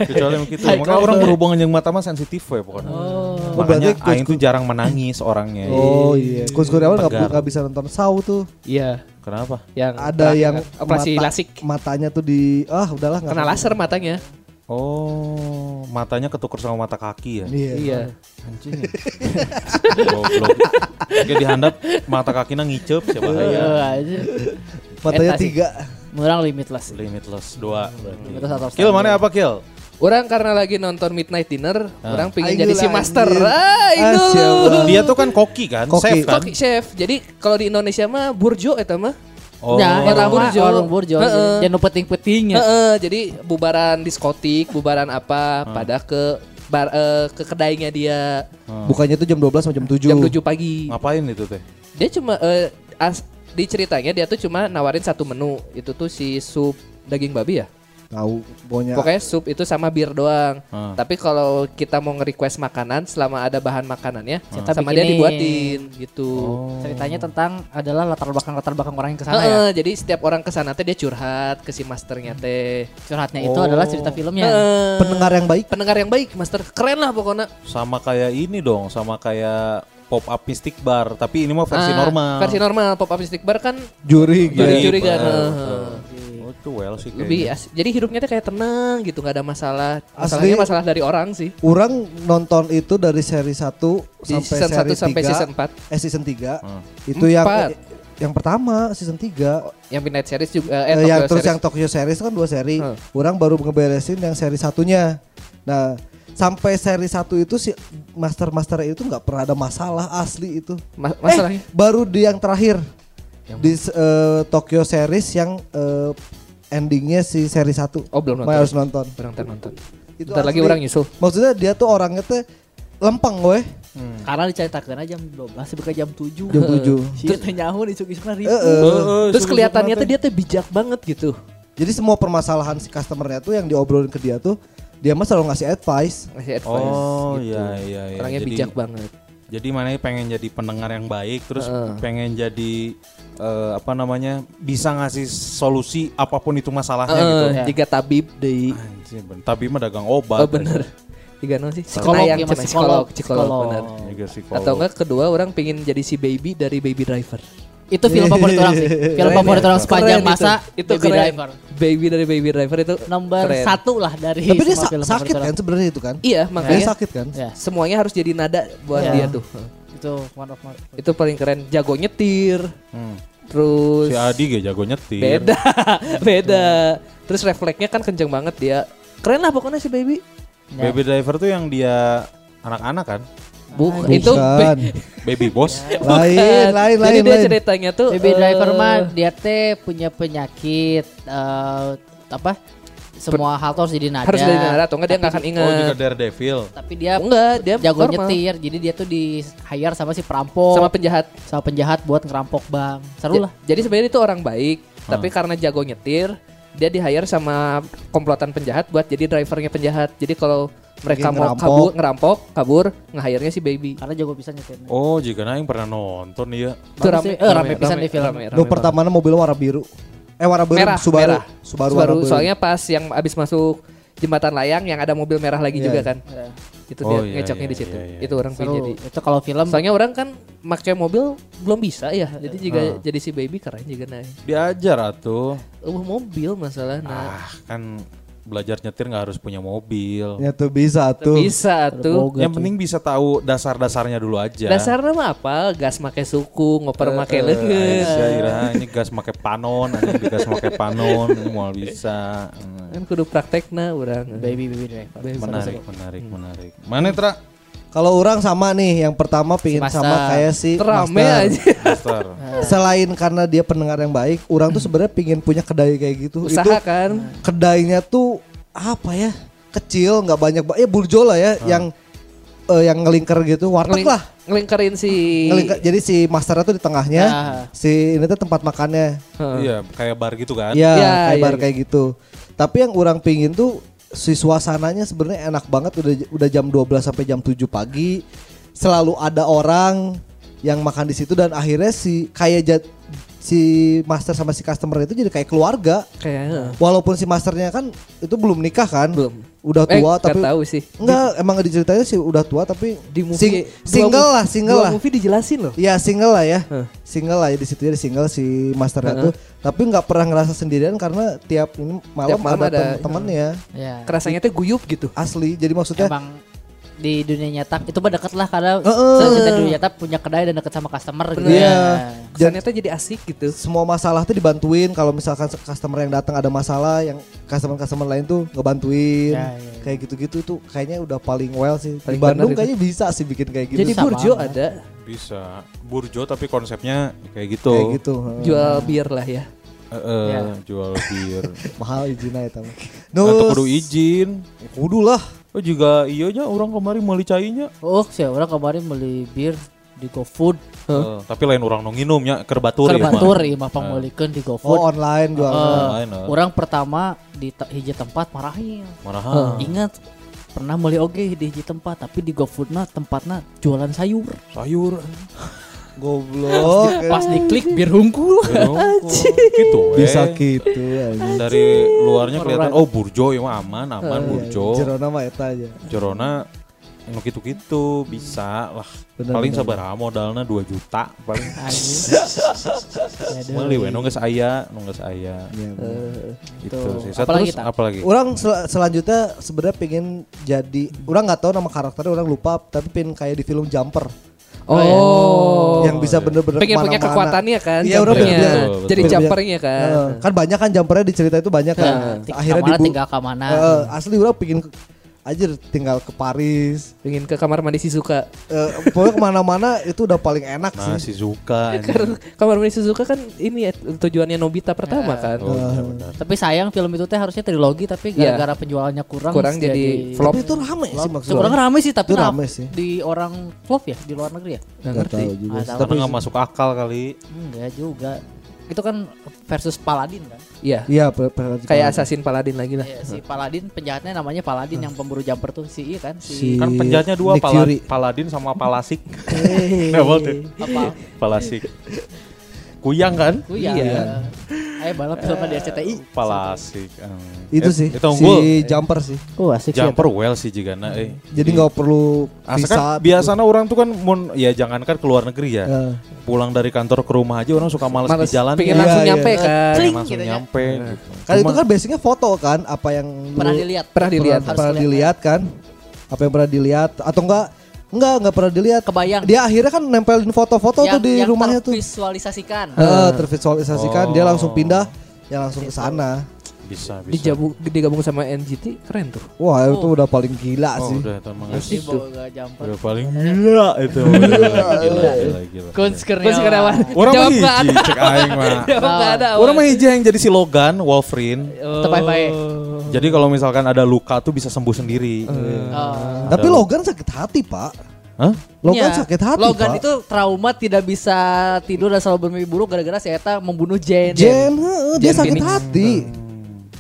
Kecuali begitu. Makanya orang berhubungan dengan mata mah sensitif we pokoknya.
Oh,
Makanya
berarti-
aing tuh jarang menangis orangnya.
Oh iya. Kurs Kuryawan nggak
Tegar.
nggak bisa nonton saw tuh.
Iya,
Kenapa?
yang
Ada
terakhir, eh,
yang
operasi
mata-
lasik.
Matanya tuh di ah udahlah nggak
Kena
apa-apa.
laser matanya.
Oh, matanya ketuker sama mata kaki ya.
Iya.
Iya.
Anjing. Goblok. Dia dihandap mata kakinya ngicep siapa ya.
Iya. Matanya
Eta sih.
tiga.
Murang limitless.
Limitless 2 berarti.
Limitless atau
Kill mana apa kill?
Orang karena lagi nonton Midnight Dinner, orang pingin
Ayo
jadi si
Ah. lah,
master.
anjir.
Ah,
Ah,
itu.
siapa?
Dia tuh kan koki kan,
Koki.
chef kan.
Koki chef. Jadi kalau di Indonesia mah burjo eta mah.
Oh.
Ya,
Warung
orang
burjo.
burjo, orang burjo.
Heeh.
Jangan nu penting-pentingnya.
Heeh, jadi bubaran diskotik, bubaran apa
Ah.
pada ke bar, eh, ke kedainya dia
Bukannya tuh jam 12 sama jam 7.
Hmm. jam 7
Ah.
pagi.
Ngapain itu teh?
Dia cuma eh, as- di ceritanya dia tuh cuma nawarin satu menu. Itu tuh si sup daging babi ya.
Tahu pokoknya.
Pokoknya sup itu sama bir doang.
Ah.
Hmm.
Tapi kalau kita mau nge-request makanan selama ada bahan makanannya
Ah.
Kita
sama
bikinin.
dia dibuatin gitu.
Oh.
Ceritanya tentang adalah latar belakang-latar belakang orang yang kesana ya.
Heeh, eh, jadi setiap orang kesana teh dia curhat ke si masternya
Hmm.
teh.
Curhatnya itu adalah
Oh.
cerita filmnya.
Heeh.
pendengar yang baik.
pendengar yang baik, master. Keren lah pokoknya.
Sama kayak ini dong, sama kayak pop up mystic bar, tapi ini mah versi
Ah,
normal.
Versi normal pop up stick bar kan
Juri gitu.
Juri.
curiga.
bener.
Heeh.
Oh, itu well sih
lebih
kayaknya.
as- jadi hidupnya tuh kayak tenang gitu nggak ada masalah masalahnya
Asli.
masalah dari orang sih
Orang nonton itu dari seri 1
Di
sampai
season
seri
1 sampai
3,
season 4
eh season 3. Itu yang
Empat.
yang pertama season 3.
yang Midnight Series juga eh,
Eh,
Tokyo
yang terus
Series.
yang Tokyo series kan dua seri.
Hmm.
Orang baru ngeberesin yang seri satunya. Nah, sampai seri satu itu si master-master itu nggak pernah ada masalah asli itu.
Ma- masalahnya
Eh, baru di yang terakhir di eh, Tokyo series yang eh, endingnya si seri satu.
oh belum
Makanya harus
nonton
nonton.
Orang ntar nonton
Itu
Ntar lagi
asli. Eh,
orang nyusul
Maksudnya dia tuh orangnya tuh lempeng weh
Karena diceritakan aja jam 12 bukan jam 7.
jam <laughs> tujuh.
Terus nyahun isuk-isukna ribu.
Heeh.
terus kelihatannya tuh dia tuh bijak banget gitu
eh. Jadi semua permasalahan si customernya tuh yang diobrolin ke dia tuh dia mah selalu ngasih advice.
ngasih advice
Oh
gitu.
iya iya iya.
orangnya
Jadi-
bijak banget Ah,
Jadi mana pengen jadi pendengar yang baik, terus
Heeh.
pengen jadi eh, apa namanya bisa ngasih solusi apapun itu masalahnya gitu.
Eh, jika tabib di
Anjir, ben- tapi mah dagang obat.
Ah. oh bener tiga nol sih
Psikolog
Cenayang,
ya, Mas,
Cenayang.
psikolog.
psikolog,
Psikolog.
bener.
Juga psikolog.
atau enggak kedua orang pengen jadi si baby dari baby driver
Itu film favorit orang sih. Film
Keren
favorit
ya.
orang
Keren
sepanjang
itu.
masa
itu
Baby
keren.
Driver.
baby dari baby driver itu
Nomor
keren.
satu lah dari
Tapi dia
semua
sa-
film
sakit
favorit
kan sebenarnya itu kan?
iya
Dia
makanya
sakit kan?
orang. Ya,
semuanya harus jadi nada buat
Iya.
dia tuh
itu one of my
itu paling keren jago nyetir
Hmm.
terus
Si Adi gak jago nyetir.
beda <laughs> beda terus refleksnya kan kenceng banget dia keren lah pokoknya si baby
Nah.
Baby driver tuh yang dia anak-anak kan,
Bu,
Bukan.
itu <laughs> ba-
baby
<laughs>
boss. Oh,
lain,
Bukan.
lain,
Jadi
lain,
dia
lain.
ceritanya tuh eh,
Baby Driver mah dia teh punya penyakit eh, apa? Semua hal tuh harus jadi nada.
harus dari nara atau enggak dia nggak akan
Oh juga
ingat.
Daredevil.
Tapi dia
enggak, dia
jago
normal.
nyetir. Jadi dia tuh di hire sama si
sama
perampok
Ya.
sama,
penjahat.
penjahat buat ngerampok bank. Seru lah.
Ja- Jadi sebenarnya itu orang baik,
Hmm.
tapi karena jago nyetir, dia di hire sama komplotan penjahat buat jadi drivernya penjahat. Jadi kalau mereka
Jadi
mau
ngerampok.
kabur, ngerampok, kabur, nge-hire-nya si baby.
Karena jago bisa nyetir.
Oh jika Naing pernah nonton iya. dia.
Itu
Bagus
rame,
sih. Eh, rame pisan di film.
Lu pertama mobil warna biru. Eh warna biru
merah,
Subaru.
merah.
Subaru,
Subaru,
warna biru.
soalnya pas yang abis masuk jembatan layang yang ada mobil merah lagi
Iya.
juga kan. Itu dia
Oh, iya,
ngecoknya
iya,
di situ.
iya, iya.
Itu orang pengen
Seru.
jadi
Itu kalau film
Soalnya orang kan pakai mobil belum bisa ya. Jadi juga
Ah.
jadi si baby keren juga naik.
Diajar atuh.
Oh, mobil masalah nah.
Ah kan belajar nyetir nggak harus punya mobil.
Ya tuh bisa tuh.
Bisa tuh.
Yang penting bisa tahu dasar-dasarnya dulu
ya.
aja.
Dasarnya mah apa? Gas make suku, ngoper make
Eh,
Iya.
leungeut.
Aisyah Ira, ini gas make panon, ini gas make panon, ini mau bisa. Hmm.
Kan kudu praktekna urang.
Baby Baby Driver.
Baby.
Menarik, menarik,
Hmm.
menarik. Mana Tra?
Kalau orang sama nih, yang pertama pingin
Master.
sama kayak si
Terame
Master.
aja.
<laughs>
Master.
Selain karena dia pendengar yang baik, orang tuh sebenarnya pingin punya kedai kayak gitu.
<laughs> Usaha
Itu
kan.
kedainya tuh apa ya? Kecil, nggak banyak. ba- Ya burjo lah ya, yang eh, yang ngelingker gitu, warteg
Ngeling-
lah.
Ngelingkarin si
Ngelingker- jadi si masternya tuh di tengahnya,
Ah.
si ini tuh tempat makannya.
Iya, kayak bar gitu kan?
Iya,
Ya,
kayak
iya,
bar
iya.
kayak gitu. Tapi yang orang pingin tuh si suasananya sebenarnya enak banget udah udah jam 12 sampai jam 7 pagi. Selalu ada orang yang makan di situ dan akhirnya si kayak jad- si master sama si customer itu jadi kayak keluarga.
kayak eh,
Walaupun si masternya kan itu belum nikah kan?
Iya. Belum.
Udah
eh,
tua tapi
nggak tahu sih.
Enggak, emang diceritain sih udah tua tapi
Di movie
sing-
dua
single
mov-
lah, single
dua
lah.
movie dijelasin loh.
Iya single lah ya,
Heeh.
single lah ya di situ jadi single si masternya
Heeh.
tuh. Tapi nggak pernah ngerasa sendirian karena tiap ini malam,
Tiap malam
ada,
ada-
tem- temennya
Ya.
Iya.
Kerasanya tuh guyup gitu.
asli. Jadi maksudnya
Emang di dunia nyata itu mah deket lah karena
Heeh.
selain kita di dunia nyata punya kedai dan deket sama customer gitu.
Iya.
Kesannya tuh jadi asik gitu.
semua masalah tuh dibantuin. Kalau misalkan se- customer yang datang ada masalah, yang customer-customer lain tuh ngebantuin.
Ya, ya, ya.
Kayak gitu-gitu tuh kayaknya udah paling well sih.
Paling
di
bener
Bandung
itu.
kayaknya bisa sih bikin kayak gitu.
Jadi
sama
burjo
banget.
ada
Bisa. Burjo tapi konsepnya kayak gitu.
kayak gitu. heeh.
jual bir lah ya.
Eh, eh,
Ya.
jual
<laughs>
bir.
Mahal izinnya ya tamu.
Atau kudu izin.
kudu lah.
Oh juga iyonya orang kemarin meuli cainya.
Oh, sih orang kemarin beli bir di GoFood.
Eh, tapi lain orang nu nginum nya kerbatur ya,
iya.
Kerbatur
mah.
ya, mah pangulikeun di GoFood.
Oh online jual.
Eh,
Lain, eh.
orang pertama di te- hiji tempat marahil.
Marahan.
Ingat pernah beli oge di hiji tempat tapi di GoFoodna tempatnya jualan sayur.
Sayur. eh,
<laughs>
Goblok.
Pas diklik bir hungkul.
gitu. eh.
Bisa gitu. anjing.
dari
iya,
iya.
luarnya kelihatan oh burjo ya mah aman aman burjo
Jerona mah eta aja.
Corona Nu gitu-gitu bisa lah.
Bener,
paling
bener,
sabaraha modalnya 2 juta paling.
Aduh.
Meuli we nu geus aya, nu geus aya.
Iya, bener.
Gitu
Tuh.
sih.
Apalagi,
Terus
Tak?
apalagi?
Orang sel- selanjutnya sebenarnya pengen jadi orang nggak tahu nama karakternya orang lupa tapi pengen kayak di film Jumper
Oh.
yang bisa bener-bener
pengen punya
kemana-mana.
kekuatannya kan
Iya, orang
jumpernya.
betul,
betul,
jadi
betul.
jumpernya kan Nah,
Heeh. kan banyak kan jumpernya di cerita itu banyak kan akhirnya
Kamana
dibu- Eh.
tinggal ke mana?
Heeh, asli orang pengen ke- anjir tinggal ke Paris
pengen ke kamar mandi Shizuka
Eh, pokoknya kemana-mana itu udah paling enak
Nah,
sih
si Zuka.
<laughs>
anjing.
karena kamar mandi Shizuka kan ini ya, tujuannya Nobita pertama kan
Oh, iya, benar.
Tapi sayang film itu teh harusnya trilogi tapi
Iya.
gara-gara penjualannya kurang
Kurang jadi flop.
tapi itu rame sih maksudnya
Kurang rame sih tapi
Itu
nah,
rame sih.
di orang flop ya di luar negeri ya?
nggak
Nggak
ngerti
Ah,
tahu juga sih.
tahu.
Karena
tapi
nggak masuk akal kali.
Enggak juga. Itu kan versus Paladin kan.
iya
iya per- per-
kayak Assassin Paladin lagi lah
Ya, si Paladin penjahatnya namanya Paladin yang pemburu jumper tuh si iya kan si,
Si-
Kan penjahatnya dua
Nick
Pala-
Fury.
Paladin sama Palasik. <laughs> Kenapa tuh?
apa?
Palasik. Kuyang kan?
Oh iya.
Iya.
Ayo balap sama di RCTI.
Palasik. em.
itu
Et-
sih
Itu
si
unggul.
jumper sih
Oh asik sih.
Jumper well sih jigana eh.
jadi nggak perlu
Asa
visa
kan biasanya orang tuh kan mun ya jangankan ke luar negeri ya.
Heeh.
Pulang dari kantor ke rumah aja orang suka males,
Males,
di jalan. ya.
pengen
Iya,
langsung
iya.
nyampe kan
Pengen
Cling
langsung
gitu ya.
nyampe gitu.
kan itu kan basicnya foto kan apa yang
Pernah
lu-
dilihat.
pernah dilihat
pernah, pernah dilihat kan apa yang pernah dilihat atau enggak enggak enggak pernah dilihat
Kebayang.
dia akhirnya kan nempelin foto-foto tuh di rumahnya tuh Ah,
Visualisasikan.
Heeh, tervisualisasikan dia langsung
Ah. Oh.
pindah ya langsung ke sana
Bisa bisa.
dijabu digabung sama NGT keren tuh
wah itu udah paling gila
Oh,
sih
udah itu emang
Si boga jumper.
udah paling gila itu. Gila gila gila. gila.
Kunz
Gue sih karyawan
Orang mah
jawab nggak
hiji
ada
cek aing mah.
jawab nggak ada
Orang mah hiji yang jadi si Logan Wolverine.
Oh.
Tepai pae.
Jadi kalau misalkan ada luka tuh bisa sembuh sendiri. Eh.
Oh.
tapi Logan sakit hati pak
Hah?
Logan
Iya.
sakit hati
Logan
pak
itu trauma tidak bisa tidur dan selalu bermimpi buruk Oh, gara-gara si Eta membunuh Jen.
Jen, heeh, dia
Jen
sakit
Phoenix.
hati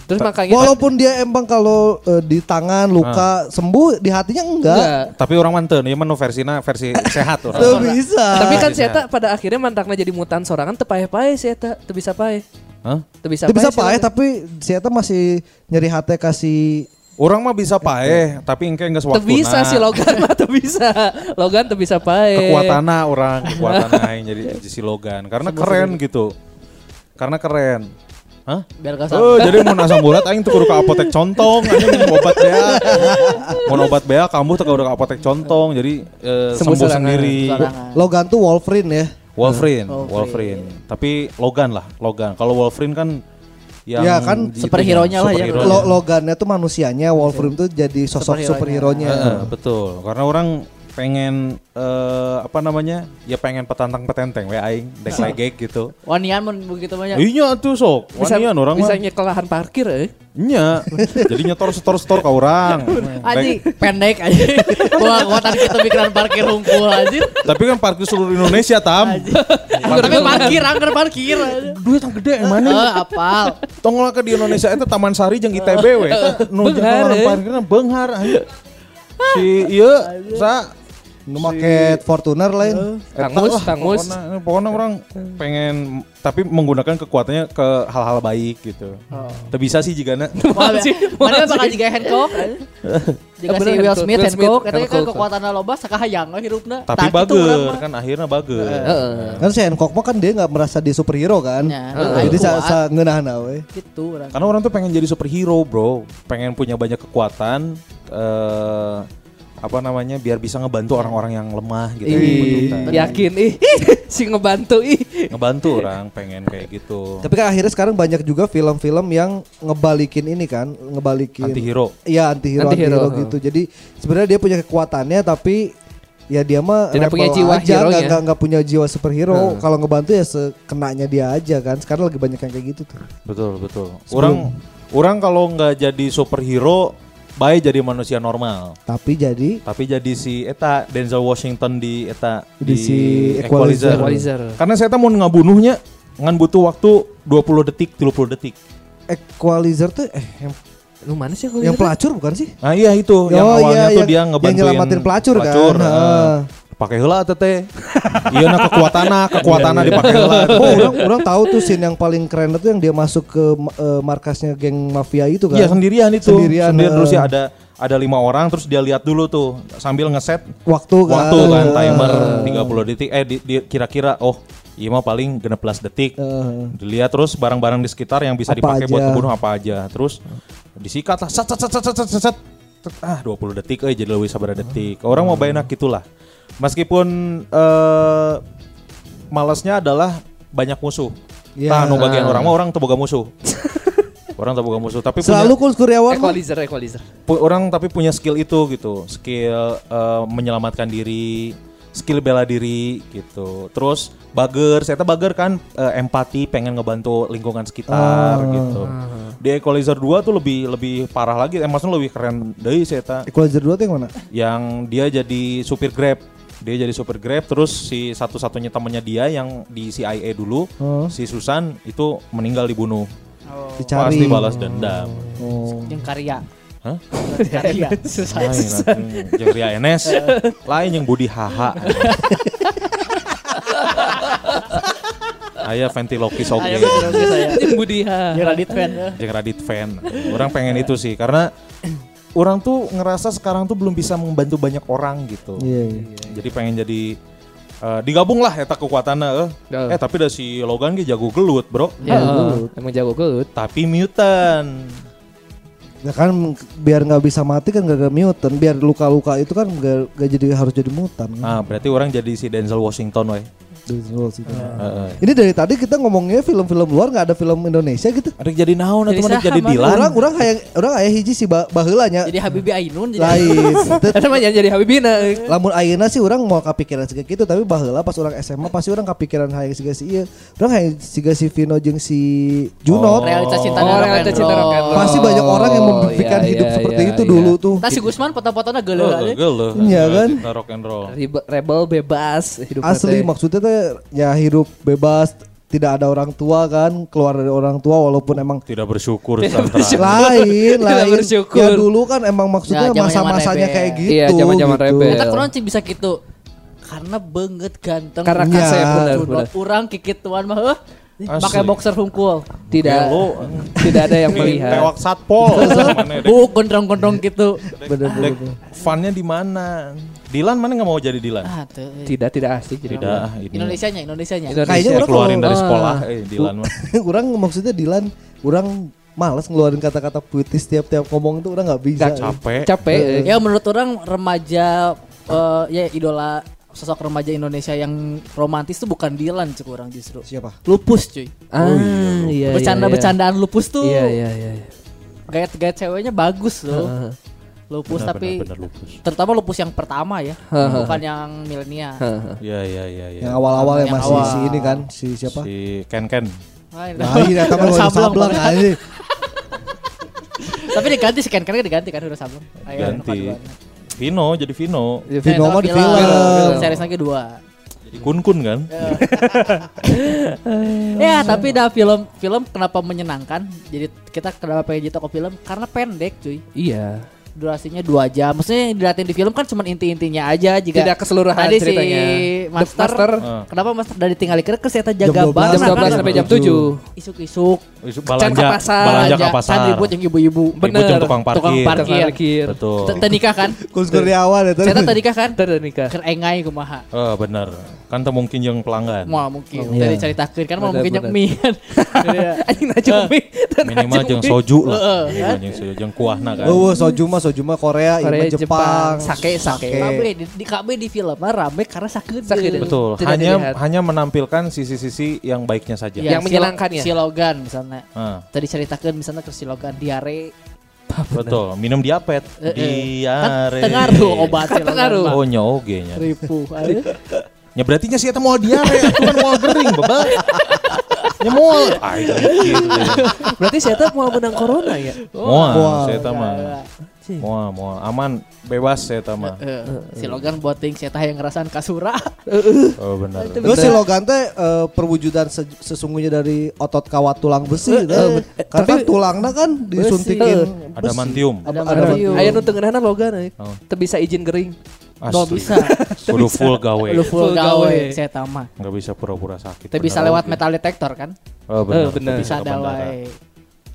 terus makanya
walaupun dia emang kalau eh, di tangan
Ah.
luka sembuh di hatinya enggak
Nggak.
Tapi orang manten, ya mah nu versina versi sehat orang.
Tuh bisa
tapi kan si
Iya.
Bisa.
Eta pada akhirnya mantakna jadi mutan sorangan teu pae-pae si Eta teu bisa pae
Hah?
teu bisa
Dia bisa
si
pae
Eta.
tapi si Eta masih nyeri hati kasih
Orang mah bisa paeh, tapi engke Nah. nggak
Teu
sewaktu.
bisa
nah.
si Logan mah teu bisa Logan teu bisa pae
Kekuatana orang, kekuatan aing jadi jadi si Logan karena keren gitu. Karena keren. Hah?
Biar gak
Oh, jadi mau asam urat aing tuh kudu ke apotek contong, anjing minum obat bea. Mau obat bea kamu tuh kudu ke apotek contong, jadi eh,
Sembuh
sembuh,
serangan,
sendiri.
Sorangan.
Logan tuh Wolverine ya.
Wolverine, Wolverine. Tapi Logan lah, Logan. Kalau Wolverine kan yang
Ya kan,
itunya,
superhero-nya lah ya. Iya.
superhero-nya.
Lo Logannya tuh manusianya, Wolverine tuh jadi sosok superhero-nya.
Heeh, Eh, betul. Karena orang pengen eh, apa namanya? Ya pengen petantang petenteng we aing dek legek gitu.
Wanian mun begitu banyak.
Iya tuh sok.
Ya. bisa
Wanian orang mah.
bisa nyekel lahan parkir eh.
Nya. Jadi nyetor setor setor ke
<laughs>
orang.
Aji
Dek-
pendek
<laughs>
aja. Wah, kuatan kita pikiran parkir hungkul aja.
Tapi kan parkir seluruh Indonesia tam.
Tapi parkir, angker parkir. aja.
Duit yang gede emang.
Eh, apal.
Tongol ke di Indonesia itu Taman Sari jeung ITB we.
<laughs>
Eta Nu jeung
Beunghar,
orang
eh.
parkirna beunghar anjing. Si ieu sa
Nu make Fortuner ya. lain.
Eta
Eh, Kang Mus,
lah,
Kang Mus.
Pokoknya, eh, pokoknya orang pengen tapi menggunakan kekuatannya ke hal-hal baik gitu.
Oh.
Tapi bisa sih jika
<laughs>
na-
Wah,
ya.
Masih,
Mana
masih.
bakal juga Hancock? Jika si
Eh, Bener,
Will
Hancock,
Smith
Will Smith,
Hancock, katanya kan
Hancock.
kekuatan loba sakahayang we hirupna.
Nah,
Tah,
tapi
gitu urang
bagus
mah.
kan akhirnya bagus.
Eh, Heeh.
Kan si Hancock mah kan dia nggak merasa dia superhero kan.
Ya,
Heeh. Jadi
kuat.
sa sa ngeunahna we.
Gitu urang.
Karena orang tuh pengen jadi superhero, Bro. Pengen punya banyak kekuatan eh apa namanya biar bisa ngebantu orang-orang yang lemah gitu.
Iya.
Membutuhkan.
yakin ih <laughs> si ngebantu ih
Ngebantu orang pengen kayak gitu.
Tapi kan akhirnya sekarang banyak juga film-film yang ngebalikin ini kan, ngebalikin
Anti hero.
Iya anti-hero
Anti-hero,
anti-hero
heeh.
gitu. Jadi sebenarnya dia punya kekuatannya tapi ya dia mah
Tidak
level
punya jiwa
aja,
hero-nya.
nggak- nggak- nggak punya jiwa superhero. Kalau ngebantu ya sekenanya dia aja kan. Sekarang lagi banyak yang kayak gitu tuh.
Betul, betul. Orang orang kalau nggak jadi superhero baik jadi manusia normal.
Tapi jadi
Tapi jadi si eta Denzel Washington di eta
Di si Equalizer.
Equalizer.
Karena saya eta mau ngabunuhnya ngan butuh waktu 20 detik, 30 detik.
Equalizer tuh eh yang,
lu mana sih aku
yang
lihat?
pelacur bukan sih?
Nah iya itu yang
Oh,
awalnya
iya,
tuh
yang-
dia
yang
ngebantuin
nyelamatin pelacur kan?
heeh.
Heeh.
Pakai heula teteh. <laughs> Iya nah kekuatana, kekuatana dipakai <laughs> heula. teu teh.
Oh, orang orang tahu tuh scene yang paling keren itu yang dia masuk ke ma- eh, markasnya geng mafia itu kan.
Iya sendirian itu.
Sendirian,
terus
heeh.
ya ada ada lima orang terus dia lihat dulu tuh sambil ngeset
Waktu kan.
waktu kan timer 30 detik eh di- di- kira-kira oh iya mah paling 16 detik.
Eh.
Dilihat terus barang-barang di sekitar yang bisa
Apa
dipakai buat
aja.
kebunuh apa aja. Terus disikat lah. Set, set, set, set, set, set, set, set. Tet, Ah, 20 detik eh jadi lebih sabar detik. Orang mau bayanak gitulah. Meskipun eh malasnya adalah banyak musuh.
Ya.
Nah, nu bagian orang mah orang teboga
<laughs>
musuh. orang teboga musuh, tapi punya-
Selalu Kul Kuryawan mah
Equalizer, equalizer.
pu- orang tapi punya skill itu gitu, skill eh, menyelamatkan diri, skill bela diri gitu. Terus bager, saya tuh bager kan eh, empati, pengen ngebantu lingkungan sekitar
Ah.
gitu. Di Equalizer 2 tuh lebih lebih parah lagi, eh, maksudnya lebih keren dari saya tuh
Equalizer 2 tuh yang mana?
yang dia jadi supir Grab. Dia jadi supir Grab terus si satu-satunya temannya dia yang di CIA dulu,
Oh.
si Susan itu meninggal dibunuh.
Dicari.
Pasti balas dendam.
Oh.
Yang
<laughs>
karya.
Hah?
karya. Susah.
Lain Hmm, atuh. Jeung Ria Enes, lain yang Budi Haha. Aya Ventilokis oke.
Budiha.
Ya Radit fan.
Oh.
Jeung Radit fan. Orang pengen itu sih karena orang tuh ngerasa sekarang tuh belum bisa membantu banyak orang gitu.
Iya, iya.
Jadi pengen jadi eh, digabung lah eta kekuatannya.
Heeh.
eh. Eh tapi dah si Logan ge jago gelut, Bro.
Ya, emang jago gelut.
Tapi mutant.
Ya kan biar nggak bisa mati kan gak, mutant, biar luka-luka itu kan gak, jadi harus jadi mutan.
Nah, berarti orang jadi si Denzel Washington Eh, we.
Ah.
Iya.
Heeh.
Ini dari tadi kita ngomongnya film-film luar nggak ada film Indonesia gitu.
Ada jadi naon atau
Jadi
mana
saha,
jadi
Mang?
Dilan.
Orang orang kayak orang kayak hiji si ba baheulanya
Jadi Habibie Ainun jadi
<laughs>
<laughs>
lain. Teu-
Ada mah jadi nah. Habibina. euy.
Lamun ayeuna sih orang mau kepikiran siga gitu tapi baheula pas orang SMA pasti orang kepikiran hayang siga si ieu. Orang hayang siga si Vino jeung si Junot.
realitas cinta
Oh,
dan
realitas cinta rock and roll.
Pasti banyak orang yang memimpikan
Oh, iya,
hidup
iya,
seperti
iya,
itu
iya.
dulu tuh.
Nah, si Gusman foto-fotonya gele
Heeh, geuleuh.
Iya
Ada
kan?
cinta rock and roll.
Ribe- Rebel bebas hidup
Asli maksudnya teh ya hidup bebas tidak ada orang tua kan keluar dari orang tua walaupun emang
Tidak bersyukur Sandra.
Tidak
lain lain
bersyukur.
ya dulu kan emang maksudnya
Ya, zaman-zaman
masa-masanya
rebel.
kayak gitu
Iya, zaman-zaman
gitu.
rebel.
Kita kurang cing bisa gitu. Karena banget ganteng.
Karena
Iya.
kasep benar benar.
Junot orang kikit tuan mah heuh.
Asli.
Pakai boxer hungkul.
Tidak
Belo.
tidak ada
<laughs>
yang
Ini
melihat.
Tewak satpol. Mana deh?
Bu gondrong-gondrong gitu.
Dek, funnya di mana? Dilan mana nggak mau jadi Dilan?
Ah, tuh.
Tidak tidak asik jadi
Tidak, ah, ini.
Indonesianya, Indonesianya.
Indonesia.
Kayaknya
Saya
orang
keluarin
kalau-
dari
ah.
sekolah, eh, Dilan mah.
<laughs> orang maksudnya Dilan orang malas ngeluarin kata-kata puitis tiap-tiap ngomong tuh orang nggak bisa
Nggak
Capek.
capek. eh. euy.
Ya menurut orang remaja eh, ya idola sosok remaja Indonesia yang romantis tuh bukan Dilan cuy orang justru.
siapa
Lupus cuy.
Ah, iya, iya,
Bercanda-bercandaan lupus tuh.
Iya iya iya. iya.
Gaya-gaya ceweknya bagus
Heeh.
loh. Lupus
Benar,
tapi
benar, benar, lupus.
terutama lupus yang pertama ya,
Heeh.
bukan yang milenial.
Hah.
Iya, iya, iya, iya.
yang awal-awal yang
Yang
masih
awal.
si ini kan si siapa
Si Ken Ken.
Lain.
lain ya tapi
Yang
baru
sableng.
sableng aja
<laughs> tapi diganti sih kan karena diganti kan udah sableng. Ayo, Eh,
Ganti.
nomor dua.
Vino jadi Vino.
Iya,
Vino mah di
Film,
film
Series lagi dua.
Jadi Kun Kun kan?
Iya.
Iya,
Ya tapi dah film film kenapa menyenangkan? Jadi kita kenapa pengen jadi toko film? Karena pendek cuy.
Iya.
durasinya dua jam. Maksudnya yang dilatih di film kan cuma inti-intinya aja jika
Tidak keseluruhan
tadi
ceritanya.
si master,
The Master.
Eh.
kenapa master dari tinggal kira terus eta jaga
12.
banget
Jam
Karena
12
kan-
sampai jam
Tujuh.
7.
isuk-isuk
Balanja,
ke pasar,
balanja ke
Kan
pasar.
ribut yang ibu-ibu
Ribut
Bener.
yang tukang parkir.
Tukang parkir.
Betul.
Te- teu nikah
<laughs>
kan
Kus Kuryawan ya tadi.
saya tadi nikah kan
Ntar udah nikah.
keur engai kumaha
Eh, benar. Kan teu mungkin yang pelanggan.
Mau
Oh,
mungkin
Iya.
dari ceritakeun kan mau
Bener, bener.
mungkin nyemi
<laughs>
kan. <laughs> Iya.
Anjing najumi.
Minimal jeung soju lah. Minimal
kan?
jeung soju jeung kuahna kan.
Oh, Sojuma, Sojuma Korea,
Korea,
Korea Jepang,
Jepang.
Sake sake.
Sake.
Kabe di, di kabe di film mah rame karena sakit.
Sakeun.
Betul.
Tidak
hanya
dilihat.
hanya menyampilkan sisi-sisi yang baiknya saja.
Yang menyenangkannya.
Iya, Silogan misalnya.
Ah,
Tadi ceritakan misalnya ke silogan diare.
betul. Minum diapet.
Ah, Eh, eh. Kan
Diare.
tengaruh obat silogan
tengaruh.
mah.
Oh nyoge nya. <laughs>
Ripuh. aduh.
Ya berarti nya si eta moal diare, atuh kan moal gering, bebel. Nya moal. Ai gitu.
<laughs> Berarti saya tuh mau menang corona ya.
Moal
Moal.
si eta
Iya,
mah.
Cing.
Moal, moal. Aman, bebas si eta mah.
Eh, si Logan buat ting saya yang ngerasain kasura. eh.
Oh benar.
Terus si Logan teh eh, perwujudan se- sesungguhnya dari otot kawat tulang besi gitu. Karena kan tulangnya kan disuntikin
Ada mantium.
Ada
Ayo nu tengenahna logan euy.
Oh.
Teu bisa izin gering.
Nggak bisa.
Kudu full gawe.
<laughs>
Lu full
Full
gawe
gawe.
saya mah.
Enggak bisa pura-pura sakit.
Kita bisa
benar
lewat
oge.
metal detector kan?
Oh benar.
Eh, benar.
teu
Bisa
ke
ada
bandara.
wae.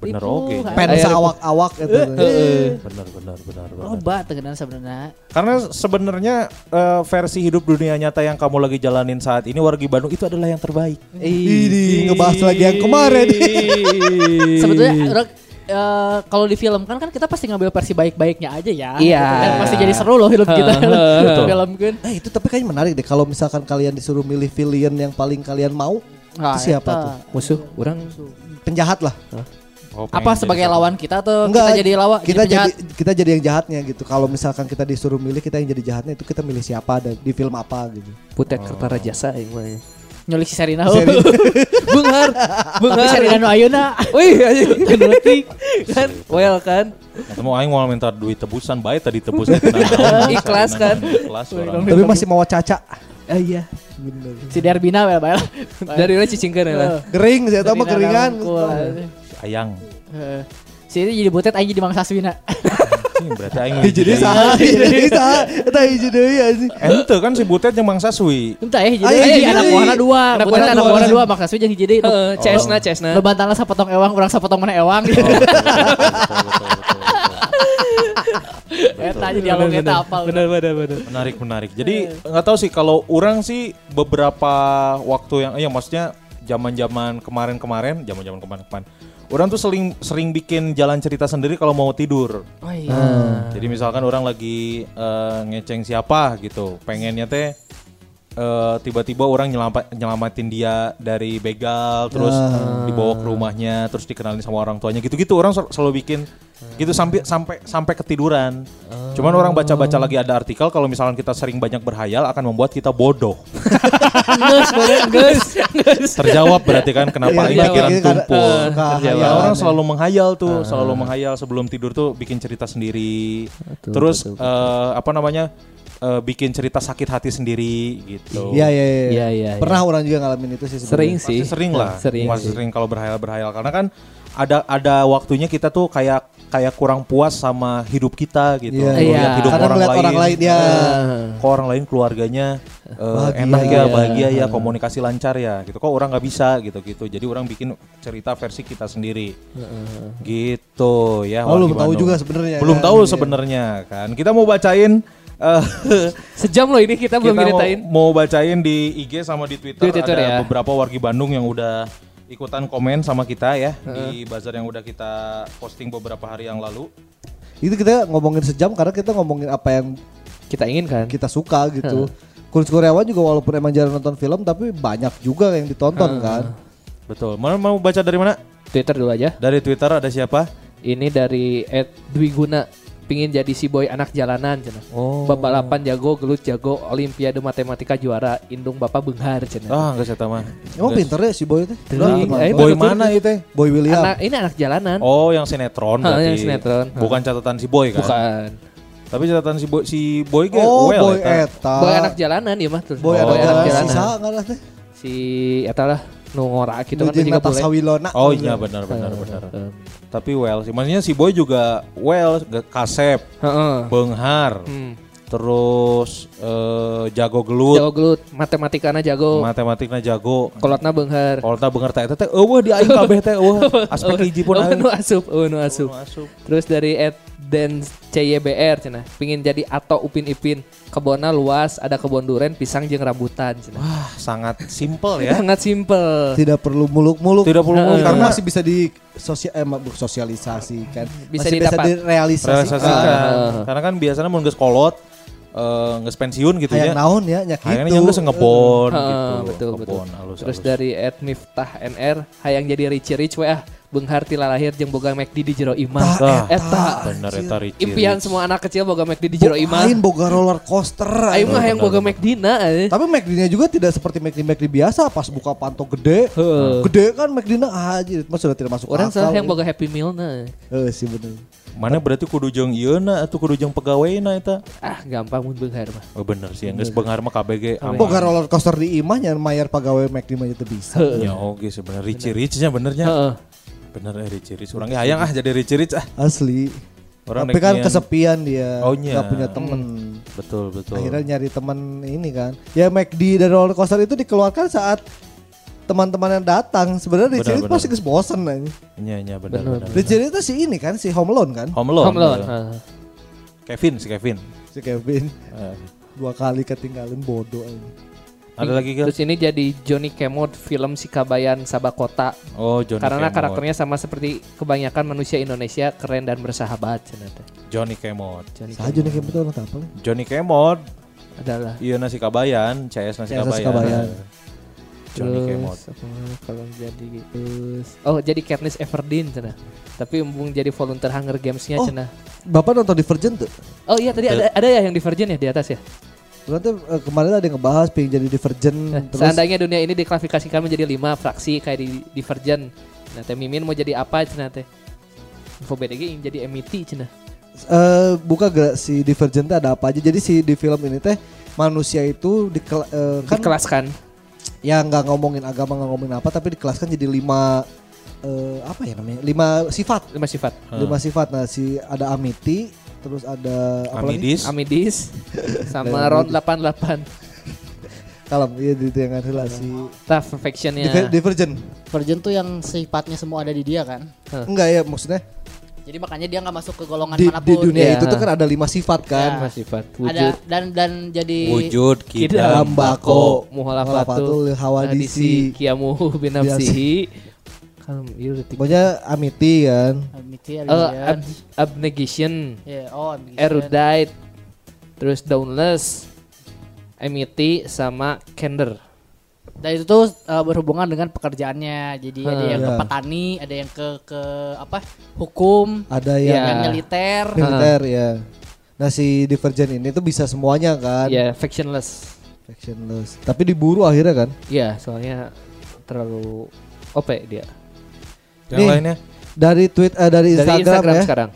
Bener
Ripuh,
oke.
kan.
Pen
Aya-
awak-awak gitu.
Benar benar benar benar.
Loba tegenan sebenarnya.
Karena sebenarnya eh, versi hidup dunia nyata yang kamu lagi jalanin saat ini wargi Bandung itu adalah yang terbaik.
Ini ngebahas lagi yang
<laughs>
kemarin.
Sebetulnya orang, eh, kalau di film kan kan kita pasti ngambil versi baik-baiknya aja ya.
Iya.
Gitu kan. Pasti jadi seru loh hidup
<laughs>
kita. film kan.
Nah itu tapi kayaknya menarik deh kalau misalkan kalian disuruh milih villain yang paling kalian mau
Ah,
Nah,
itu siapa
eta.
tuh?
Musuh orang
Penjahat lah.
Oh,
Apa sebagai lawan kita
Oh,
atau kita jadi lawan
kita jadi,
penjahat?
kita jadi yang jahatnya gitu. Kalau misalkan kita disuruh milih kita yang jadi jahatnya itu kita milih siapa dan di film apa gitu.
Putet ya, Kertarajasa aing mah.
nyulik si Serina.
Serina.
<laughs>
Benghar,
Tapi
benghar.
Serina nu ayeuna.
Wih, anjing genetik kan. Well kan.
Atau aing mau minta duit tebusan baik tadi tebusan kena naon.
Ikhlas kan?
Ikhlas orang.
Tapi masih mau caca.
Ah iya.
Si Derbina wel bae.
Dari ya, urang cicingkeun lah.
Kering saya tahu mah keringan.
Ayang.
Eh, Si ini jadi butet aja jadi Mang Saswina.
Anjing, Berarti aing
Jadi
ngejadiin. <laughs>
saha, jadi saha. Eta hiji deui anjing.
Ente kan si Butet yang Mang
<laughs>
Saswi.
Entah ya jadi
Ayo,
eh,
jadi.
anak buahna dua.
Anak
Butet
buahna
anak
dua. Eh,
buahna dua Mang Saswina jadi Oh, jadi.
Heeh, Cesna, Cesna.
Lo bantana sapotong ewang, orang sapotong mana ewang.
Oh. Betul, betul, betul, betul.
<laughs> Eta aja dialognya eta apal.
Benar benar <laughs> benar.
Menarik, menarik. Jadi nggak tahu sih kalau orang sih beberapa waktu yang, ya maksudnya zaman-zaman kemarin-kemarin, zaman-zaman kemarin-kemarin, orang tuh sering sering bikin jalan cerita sendiri kalau mau tidur.
Oh iya.
Nah. Jadi misalkan orang lagi eh, ngeceng siapa gitu, pengennya teh eh, tiba-tiba orang nyelama- nyelamatin dia dari begal, terus dibawa ke rumahnya, terus dikenalin sama orang tuanya, gitu-gitu orang sel- selalu bikin gitu sampai sampai sampai ketiduran. Cuman orang baca-baca lagi ada artikel kalau misalkan kita sering banyak berhayal akan membuat kita bodoh. Terjawab berarti kan kenapa ini
Iya,
pikiran
iya, karena-
tumpul.
eh,
Ya,
kehayalan.
orang selalu menghayal tuh, selalu menghayal sebelum tidur tuh bikin cerita sendiri. Terus eh, apa namanya? eh, bikin cerita sakit hati sendiri gitu.
Iya iya
Iya,
iya.
iya, iya.
Pernah orang juga ngalamin itu sih iya.
Sering
sebenarnya.
sih.
Masih sering lah.
Sering.
Masih
sih.
sering kalau berhayal berhayal karena kan ada ada waktunya kita tuh kayak kayak kurang puas sama hidup kita gitu.
Iya.
Melihat
Iya.
hidup
Karena
orang
melihat
lain.
orang lain ya.
Eh.
Kok orang lain keluarganya eh,
Bahagia.
enak ya, bahagia ya, komunikasi lancar ya gitu. Kok orang nggak bisa gitu-gitu. Jadi orang bikin cerita versi kita sendiri. Gitu ya.
Oh, belum
Waki
tahu
Bandung.
juga sebenarnya
Belum
kan,
tahu
iya.
sebenarnya kan. Kita mau bacain eh,
Sejam loh ini kita
kita
belum
mau,
nyeritain.
mau bacain di IG sama di Twitter,
Di Twitter
ada
ya.
beberapa wargi Bandung yang udah ikutan komen sama kita ya di bazar yang udah kita posting beberapa hari yang lalu.
Itu kita ngomongin sejam karena kita ngomongin apa yang
Kita kan? inginkan.
kita suka gitu. Kurus Kuryawan juga walaupun emang jarang nonton film tapi banyak juga yang ditonton kan.
Betul. Mau mau baca dari mana?
Twitter dulu aja.
Dari Twitter ada siapa?
Ini dari Ed Dwiguna pingin jadi si boy anak jalanan cina.
Oh.
Bapak lapan jago, gelut jago, olimpiade matematika juara, indung bapak benghar
Oh,
cina.
Ah, enggak saya tahu mah.
Emang
Enggak.
pinter ya si Boy itu?
Teuing, eh,
Boy
Boy,
mana itu? teh?
Boy William.
Anak ini anak jalanan.
Oh, yang sinetron
Kan? Ha,
berarti.
yang sinetron. Ha.
Bukan catatan si Boy kan?
Bukan.
Tapi catatan si Boy si Boy ge
oh,
well ya kan?
Boy
eta.
Eta.
Boy anak jalanan ya mah terus.
Boy
Oh,
anak
anak
jalanan.
jalanan.
Sisa nggak lah teh?
Si eta lah nu ngorak gitu kan
Nujing
juga
Natasha
boleh.
Wilona.
Oh iya benar benar benar. Tapi well sih. Maksudnya si Boy juga well, ge- kasep,
Heeh.
benghar,
Hmm.
terus eh, jago gelut,
Jago gelut, matematikana jago,
matematikna jago.
kolotna benghar.
Kolta beungeur teh eta teh eueuh di aing kabeh teh
<laughs>
eueuh. Aspek hiji pun
Oh,
aing.
nu asup, oh, nu asup.
Masuk.
Terus dari at dan CYBR cina, pingin jadi atau upin ipin, kebona luas, ada kebon duren, pisang jeung rambutan cina.
Ah, sangat simple ya.
Sangat simple.
Tidak perlu muluk-muluk.
Tidak perlu muluk,
karena
karena-
masih bisa di sosial eh, ma- bu- sosialisasikan.
Bisa
masih
didapat.
bisa direalisasikan.
Realisasikan.
Ah.
Karena kan biasanya mun geus kolot eh, geus pensiun gitu
Kayak
ya.
naon ya, ya
Kayaknya
gitu.
yang geus kan ngebon
Heeh,
gitu.
betul betul.
Ngebon halus,
Terus
halus.
dari at Miftah NR, hayang jadi rich rich weh ah, beunghar tila lahir jeung boga McD di jero imah.
Tah,
Eta
bener eta Ricci.
impian
Ricci.
semua anak kecil boga McD di jero imah.
Lain boga roller coaster.
Aing mah hayang
Benar,
boga
benar.
McD na. eh.
Tapi McD-nya juga tidak seperti McD-McD biasa pas buka panto gede.
Heeh.
Gede kan McD-nya aja, mas sudah tidak masuk
Orang
akal.
salah yang boga Happy Meal na.
Eh sih bener.
Mana berarti kudu jeung ieuna atuh kudu jeung pegaweina eta.
Ah gampang mun beunghar mah.
Oh bener sih, yang geus benghar mah KBG aman.
Boga roller coaster di imahnya mayar pegawai McD mah itu bisa.
Ya oke sebenarnya Ricci Ricci-nya benernya.
Heeh.
Bener eh Ricci Ricci. Orang ge hayang ah jadi Ricci Ricci ah.
Asli.
Orang
Tapi
naik
kan
nian.
kesepian dia,
Oh, iya.
nggak punya temen.
Betul betul.
Akhirnya nyari temen ini kan. Ya McD dan roller coaster itu dikeluarkan saat teman-teman yang datang sebenarnya di
Benar,
cerita
benar.
pasti geus bosen aja.
Iya, iya benar
Bener,
benar.
Di cerita si ini kan si Home Alone kan,
Home Alone.
Home Alone.
bener.
Heeh.
Kevin si Kevin.
si Kevin
Eh,
dua kali ketinggalan bodoh aja.
ada lagi kan?
Terus ini jadi Johnny Kemod film Sikabayan Sabakota
Oh, Johnny
karena
Kemod.
karakternya sama seperti kebanyakan manusia Indonesia keren dan bersahabat cenah teh.
Johnny Kemod.
Johnny
Saja nih kayak betul apa lah.
Johnny Kemod,
Kemod adalah
iya nasi kabayan, CS nasi
CS
kabayan.
nasi kabayan.
Johnny
Terus,
Kemod.
apa, kalau jadi terus oh jadi Katniss Everdeen cenah. Tapi embung jadi volunteer Hunger Games-nya
Oh.
cenah.
Bapak nonton Divergent tuh?
Oh iya tadi ada ada ya yang Divergent ya di atas ya.
Nanti eh, kemarin ada yang ngebahas pengen jadi Divergent
Eh,
Nah,
terus
Seandainya dunia ini diklasifikasikan menjadi lima fraksi kayak di Divergent. Nah, teh Mimin mau jadi apa cenah teh? Info BDG ingin jadi E MIT cenah.
eh, buka gak si Divergent teh ada apa aja. Jadi si di film ini teh manusia itu di kela- eh, kan
Dikelaskan.
ya nggak ngomongin agama nggak ngomongin apa tapi dikelaskan jadi lima eh, apa ya namanya lima sifat
lima sifat.
lima sifat nah si ada amiti terus ada apa lagi
Amidis.
Amidis sama round 88.
kalem iya di dengan relasi
Tough perfectionnya.
divergent
Virgin tuh yang sifatnya semua ada di dia kan.
enggak ya maksudnya
Jadi makanya dia nggak masuk ke golongan
di, di
manapun.
dunia
Iya.
itu tuh kan ada lima sifat kan
Iya.
Lima sifat.
Ada
Wujud.
dan dan jadi
Wujud
Kidam,
kidam.
Muhalafatul,
Bako, Muhalafatul, Hawadisi.
Kiamuhu binafsihi. Kalem, iya detik.
pokoknya amiti kan
Eh,
Amity, Aryan.
ab- abnegation,
Ya, oh,
Eh,
ambition.
erudite, terus downless, MIT sama candor.
Dan itu tuh uh, berhubungan dengan pekerjaannya. Jadi ada
Hmm.
yang ke
Iya.
petani, ada yang ke ke apa? Hukum,
ada
ada
Iya.
yang
yang
militer.
militer ya nah si divergent ini tuh bisa semuanya kan
Ya, factionless.
Factionless. tapi diburu akhirnya kan
Ya, soalnya terlalu OP dia.
Yang
Nih.
lainnya
dari tweet eh, dari, Instagram,
Dari Instagram
ya
sekarang.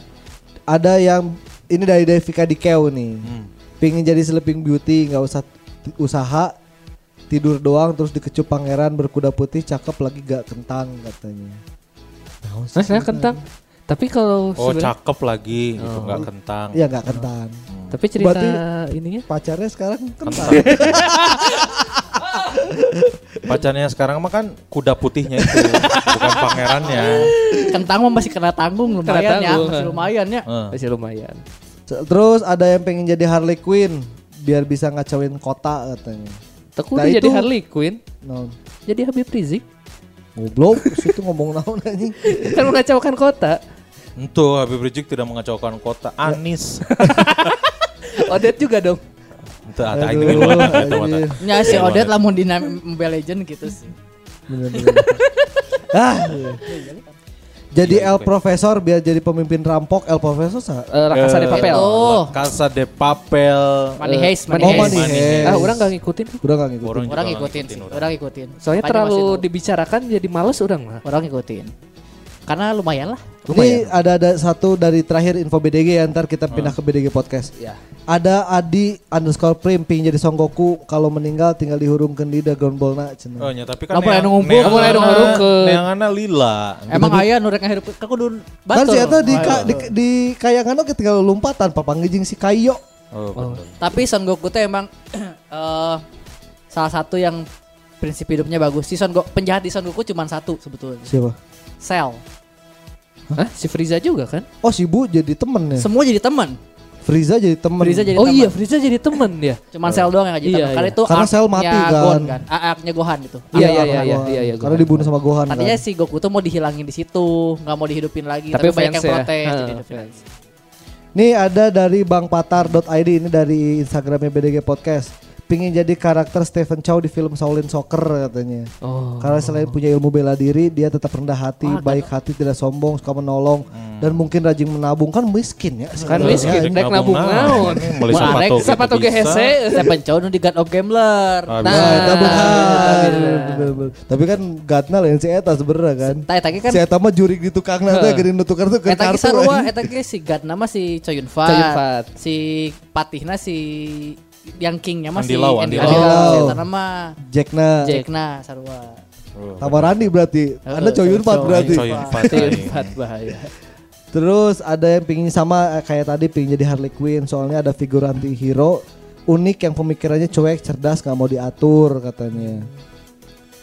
ada yang ini dari Devika Dikeu nih. Pingin jadi sleeping beauty nggak usah t- usaha tidur doang terus dikecup pangeran berkuda putih cakep lagi gak kentang katanya.
Nah, saya kentang. Tapi kalau
Oh,
sebenarnya-
cakep lagi gitu enggak kentang.
Iya nggak kentang.
tapi cerita
Berarti-
ininya
Pacarnya sekarang kentang.
Pacarnya sekarang mah kan kuda putihnya itu, bukan pangerannya.
Kentang mah masih kena tanggung lumayan
Kena
ya,
tanggung,
masih
kan.
lumayan ya.
Heeh.
masih lumayan.
Se- terus ada yang pengen jadi Harley Quinn biar bisa ngacauin kota katanya.
Teku
Nah,
dia jadi
itu-
Harley Quinn,
Non.
jadi Habib Rizik <laughs>
Goblok, <laughs> situ ngomong naon anjing.
kan mengacaukan kota.
Entuh Habib Rizik tidak mengacaukan kota Anis.
Odet juga dong.
Entuh ata aing
Aduh,
teu ngeliwat, eta mah, eta.
anjir.
Ya si Odet lamun di nam- Mobile Legend gitu sih.
Bener, bener. ah. Jadi El Profesor biar jadi pemimpin rampok El Profesor
Eh,
sa
Rakasa de Papel.
oh,
Itu.
Casa de Papel.
Money Heist, Money
Oh,
Heist.
Money Heist.
Ah, orang gak ngikutin.
Udah gak ngikutin.
juga
Orang
nggak
ngikutin sih,
orang.
orang ngikutin.
Soalnya
Makanya
terlalu
masih itu.
dibicarakan jadi males orang lah.
orang ngikutin. Karena lumayan lah.
Ini ada ada satu dari terakhir info BDG ya ntar kita pindah ke BDG podcast. Ada Adi underscore Prim pingin jadi Son Goku kalau meninggal tinggal dihurungkan di Dragon Ball na
Oh,
iya.
cenah.
nya tapi kan
Nggak boleh
neang-
nunggu,
neanganna-
nggak boleh nunggu rungkeun.
Neanganna lila.
Emang aya nu rek ngahirup ka
Kan
kudu batur.
si Eta
Oh, iya.
di, ka, di, di kayangan oke tinggal lompatan papanggijing si Kaio.
Oh, bener.
Tapi Son Goku tuh emang <clears throat> eh, salah satu yang prinsip hidupnya bagus. Si Son Go- penjahat di Son Goku cuma satu sebetulnya.
Siapa?
Cell.
Hah? Si Frieza juga kan?
Oh si Bu
Eh.
jadi temennya.
Semua jadi teman.
Frieza jadi temen.
Frieza jadi
oh
teman.
iya, Frieza jadi temen ya.
Cuman Cell doang yang nggak jadi
Iya,
teman. Karena
iya.
itu
Karena Cell mati
arc-nya
kan.
Gon kan. Ah, Arc-nya Gohan gitu.
Iya,
Anak
iya, iya,
Gohan.
iya, iya,
Karena
Gohan.
dibunuh sama Gohan.
Tadinya
kan.
si Goku tuh mau dihilangin di situ, nggak mau dihidupin lagi.
Tapi
Tapi, banyak
fans
yang
ya.
protes.
Ah,
jadi
fans.
fans.
Nih ada dari bangpatar.id ini dari Instagramnya BDG Podcast. Pingin jadi karakter Stephen Chow di film Shaolin Soccer katanya.
Oh.
Karena selain punya ilmu bela diri, dia tetap rendah hati, baik hati, tidak sombong, suka menolong, dan mungkin rajin menabung. Kan miskin ya.
Kan
sebenarnya.
miskin,
Rek
dek
nabung
nabung
naon.
naon.
Beli
Wah,
sepatu
rek
gitu
sepatu
bisa.
gehese.
Stephen Chow nu di God of Gambler.
Ah,
Nah,
bisa.
eta bener,
bener.
bener, bener. Tapi kan gatna lain si Eta sebenernya kan.
Tapi tadi kan
Si Eta mah juri gitu di tukang nanti, gini nutukar tuh ke
Eta
kartu.
kisah sarua,
anjing.
eta ge si God nama si Choyun
Choyun
Fat.
Fat.
Si Patihna si yang kingnya mah si
Andy Lau, Andy
Andy
Lau.
Lau. Si Eta nama
Jackna.
Jackna sarua.
Oh,
Nah. Tamarani berarti. Anda coyun pat berarti.
Coy empat aing.
<laughs> Empat bahaya.
Terus ada yang pingin sama eh, kayak tadi pingin jadi Harley Quinn soalnya ada figur anti hero unik yang pemikirannya cuek, cerdas, nggak mau diatur katanya.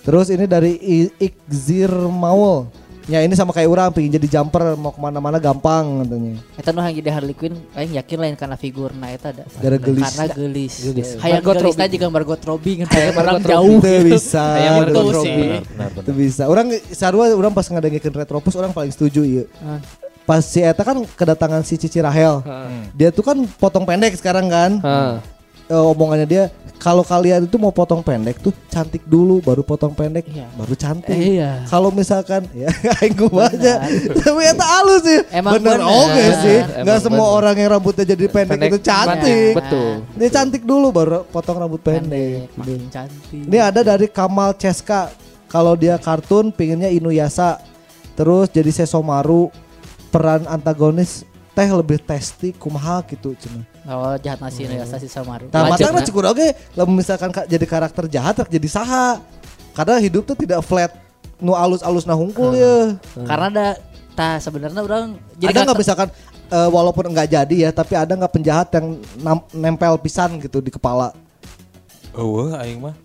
Terus ini dari I- Ikzir Maul. Ya ini sama kayak orang pingin jadi jumper mau kemana-mana gampang katanya.
Eta nu hayang jadi Harley Quinn, lain yakin lain karena figurna eta da.
Gara gelis.
Karena gelis.
Gelis.
Hayang
Margot
gelis
Robbie.
tadi juga Margot Robbie ngan saya barang
Margot
jauh.
Itu
<laughs>
bisa.
Kayak Margot
betul.
Robbie.
Benar, benar,
Itu
benar.
bisa. Orang sarua orang pas ngadengekeun Retropus orang paling setuju ieu.
Ah.
Pas si Eta kan kedatangan si Cici Rahel. Dia tuh kan potong pendek sekarang kan.
Ah.
Heeh.
Eh, omongannya dia kalau kalian itu mau potong pendek tuh cantik dulu baru potong pendek
Iya.
baru cantik.
Eh, iya.
Kalau misalkan <laughs> ya aing aja. Tapi eta halus sih.
Emang
bener,
bener.
oke sih.
Emang
Nggak semua
bener.
orang yang rambutnya jadi pendek, itu cantik.
Betul.
Dia cantik dulu baru potong rambut pendek.
makin cantik.
Ini ada dari Kamal Ceska. Kalau dia kartun pinginnya Inuyasha. Terus jadi Sesomaru peran antagonis teh lebih testi kumaha gitu cina.
Oh, jahat nasi hmm. Yasa si Samaru.
Nah,
Lanjut,
matang
nah.
cukup oke. Lah misalkan ka- jadi karakter jahat rek jadi saha. Karena hidup tuh tidak flat nu alus-alus nah hungkul ya.
Karena ada tah sebenarnya
ada
orang
nggak
karakter-
misalkan eh, walaupun nggak jadi ya, tapi ada nggak penjahat yang nam- nempel pisan gitu di kepala
Eueuh Oh, aing mah.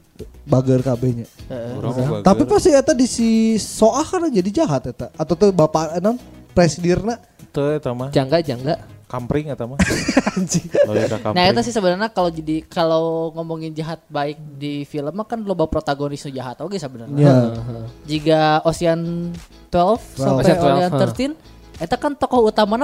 bager KB-nya.
Urang mah bager.
Tapi pasti eta di si Soah kan jadi jahat eta. Atau tuh bapak enam presidirna
teu eta mah
Jangga jangga.
kampring eta mah.
anjing.
Logika
Nah,
kampring.
itu sih sebenarnya kalau jadi kalau ngomongin jahat baik di film mah kan loba protagonis nu jahat oke sebenarnya.
Iya.
Ya.
Jika Ocean 12 sampai
Ocean 12,
Ocean
ha.
13 eta kan tokoh utamanya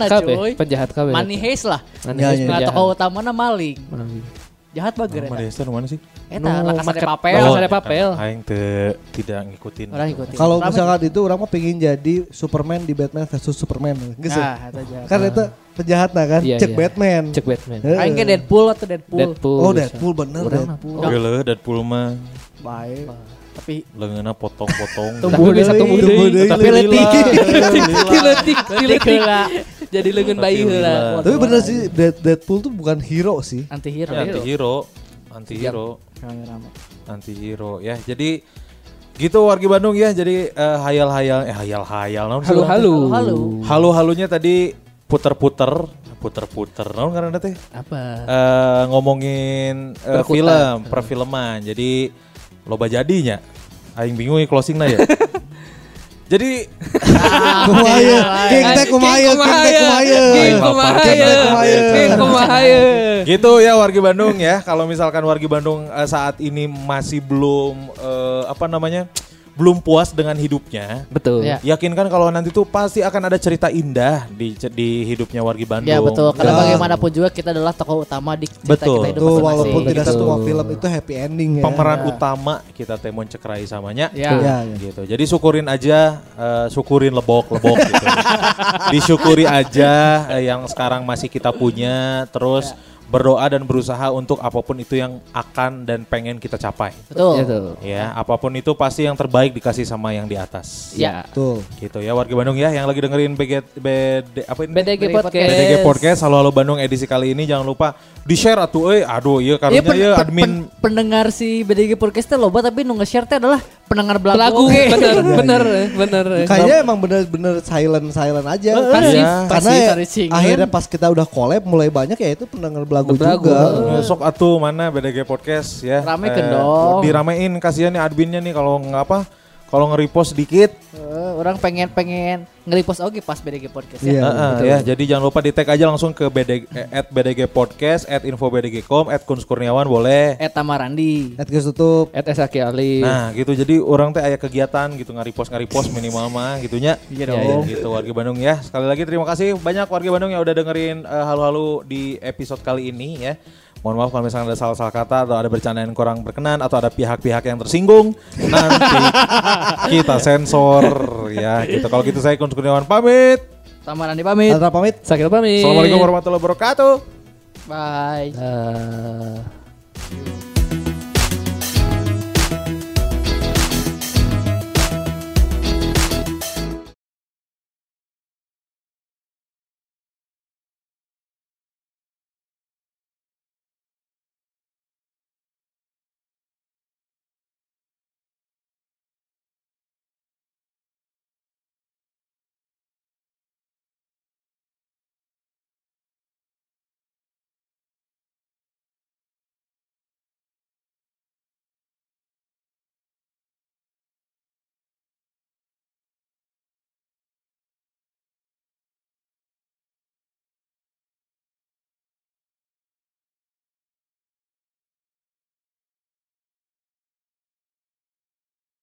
Penjahat
nah
KB.
cuy.
Penjahat KB.
Money heist lah.
Money
Ya,
heist
ya,
Nah,
penjahat.
tokoh utamanya maling.
Maling.
Jahat bager
Mana
eta.
desa nu mana sih?
Eta
Nu,
La Casa de
market-
Papel.
Oh,
Oh,
ada papel.
Aing teu tidak ngikutin.
Orang ikutin.
Kalau
Rame
misalkan itu orang mah pengen jadi Superman di Batman versus Superman.
juga.
Geus ya?
Nah, eta jahat.
Kan itu penjahat nah kan,
Iya,
cek
iya.
Batman.
Cek Batman.
Heeh.
Aing ke Deadpool atau Deadpool.
Deadpool.
Oh, Deadpool bener.
Urang
Deadpool.
mah pul.
Geuleuh Deadpool mah
Baik. Tapi
leungeuna potong-potong.
Tumbuh deui, tumbuh deui.
tumbuh deui,
Tapi <laughs>
leutik.
Diletik, diletik.
heula. Jadi leungeun bayi
Tapi heula.
heula.
Tapi bener sih Dead- Deadpool tuh bukan hero sih.
anti hero.
Ya.
ya,
anti hero, anti hero.
Rame-rame.
anti hero ya jadi gitu wargi Bandung ya jadi eh, hayal-hayal eh hayal-hayal naon sih
Halo,
orang
halo.
teh? halu-halunya tadi puter-puter puter-puter naon karena teh
Apa?
Eh, ngomongin eh, film
Hmm.
perfilman jadi loba jadinya aing bingung ya closingnya ya <laughs> jadi
<laughs>
<laughs> Kumaya, King Tech kumaya, King Tech kumaya.
King kumahaya. King kumahaya.
gitu ya wargi Bandung ya kalau misalkan wargi Bandung eh, saat ini masih belum eh, apa namanya belum puas dengan hidupnya
Betul.
Iya.
Yakinkan kalau nanti tuh pasti akan ada cerita indah di di hidupnya wargi Bandung.
Ya betul, karena
Ya.
bagaimanapun juga kita adalah tokoh utama di cerita
Betul.
kita hidup
Tuh
masing-masing.
Gitu, walaupun tidak
Betul.
semua film itu happy ending ya.
Pemeran utama kita Temon Cekrai samanya.
Ya.
Ya, ya.
Gitu. Jadi syukurin aja, eh, syukurin lebok-lebok gitu. Disyukuri aja eh, yang sekarang masih kita punya, terus berdoa dan berusaha untuk apapun itu yang akan dan pengen kita capai.
Betul.
Betul.
Ya, apapun itu pasti yang terbaik dikasih sama yang di atas.
Ya.
Betul.
Gitu ya wargi Bandung ya yang lagi dengerin BG, BD, apa ini?
BDG Podcast.
BDG Podcast Halo Halo Bandung edisi kali ini jangan lupa di share atuh euy. Aduh iya
Iya,
karunya
pen-
ieu
pen-
admin
pen- pendengar si BDG Podcast teh loba tapi nu nge-share teh adalah pendengar
Lagu
belagu. <laughs>
bener bener bener.
Kayaknya emang bener-bener silent silent aja.
Pasif,
Iya.
Karena
pasif,
ya,
tarik singin.
akhirnya pas kita udah collab mulai banyak ya itu pendengar belagu,
Belagu.
juga.
Ya, Sok atuh mana BDG Podcast ya.
Ramekeun dong.
Diramein kasihan nih adminnya nih kalau nggak apa kalau nge-repost dikit
Eh, orang pengen-pengen nge-repost oge pas BDG Podcast
Iya.
ya.
Heeh, ya, jadi jangan lupa di tag aja langsung ke BD, eh, at BDG Podcast, at info BDG.com, at Kuns Kurniawan boleh.
Eta Marandi.
At guys tutup.
At Esaki
Iya.
Ali.
Nah gitu, jadi orang teh aya kegiatan gitu nge-repost nge-repost minimal mah gitunya.
Iya
Ya,
dong.
gitu warga Bandung ya. Sekali lagi terima kasih banyak warga Bandung yang udah dengerin eh, halu-halu di episode kali ini ya. Mohon maaf kalau misalnya ada salah-salah kata atau ada bercandaan yang kurang berkenan atau ada pihak-pihak yang tersinggung
<laughs>
nanti kita sensor ya gitu. Kalau gitu saya Kun Kurniawan pamit.
Eta Marandi pamit.
Atra pamit.
Sakit
Iya.
pamit.
Assalamualaikum warahmatullahi wabarakatuh.
Bye.
Eh,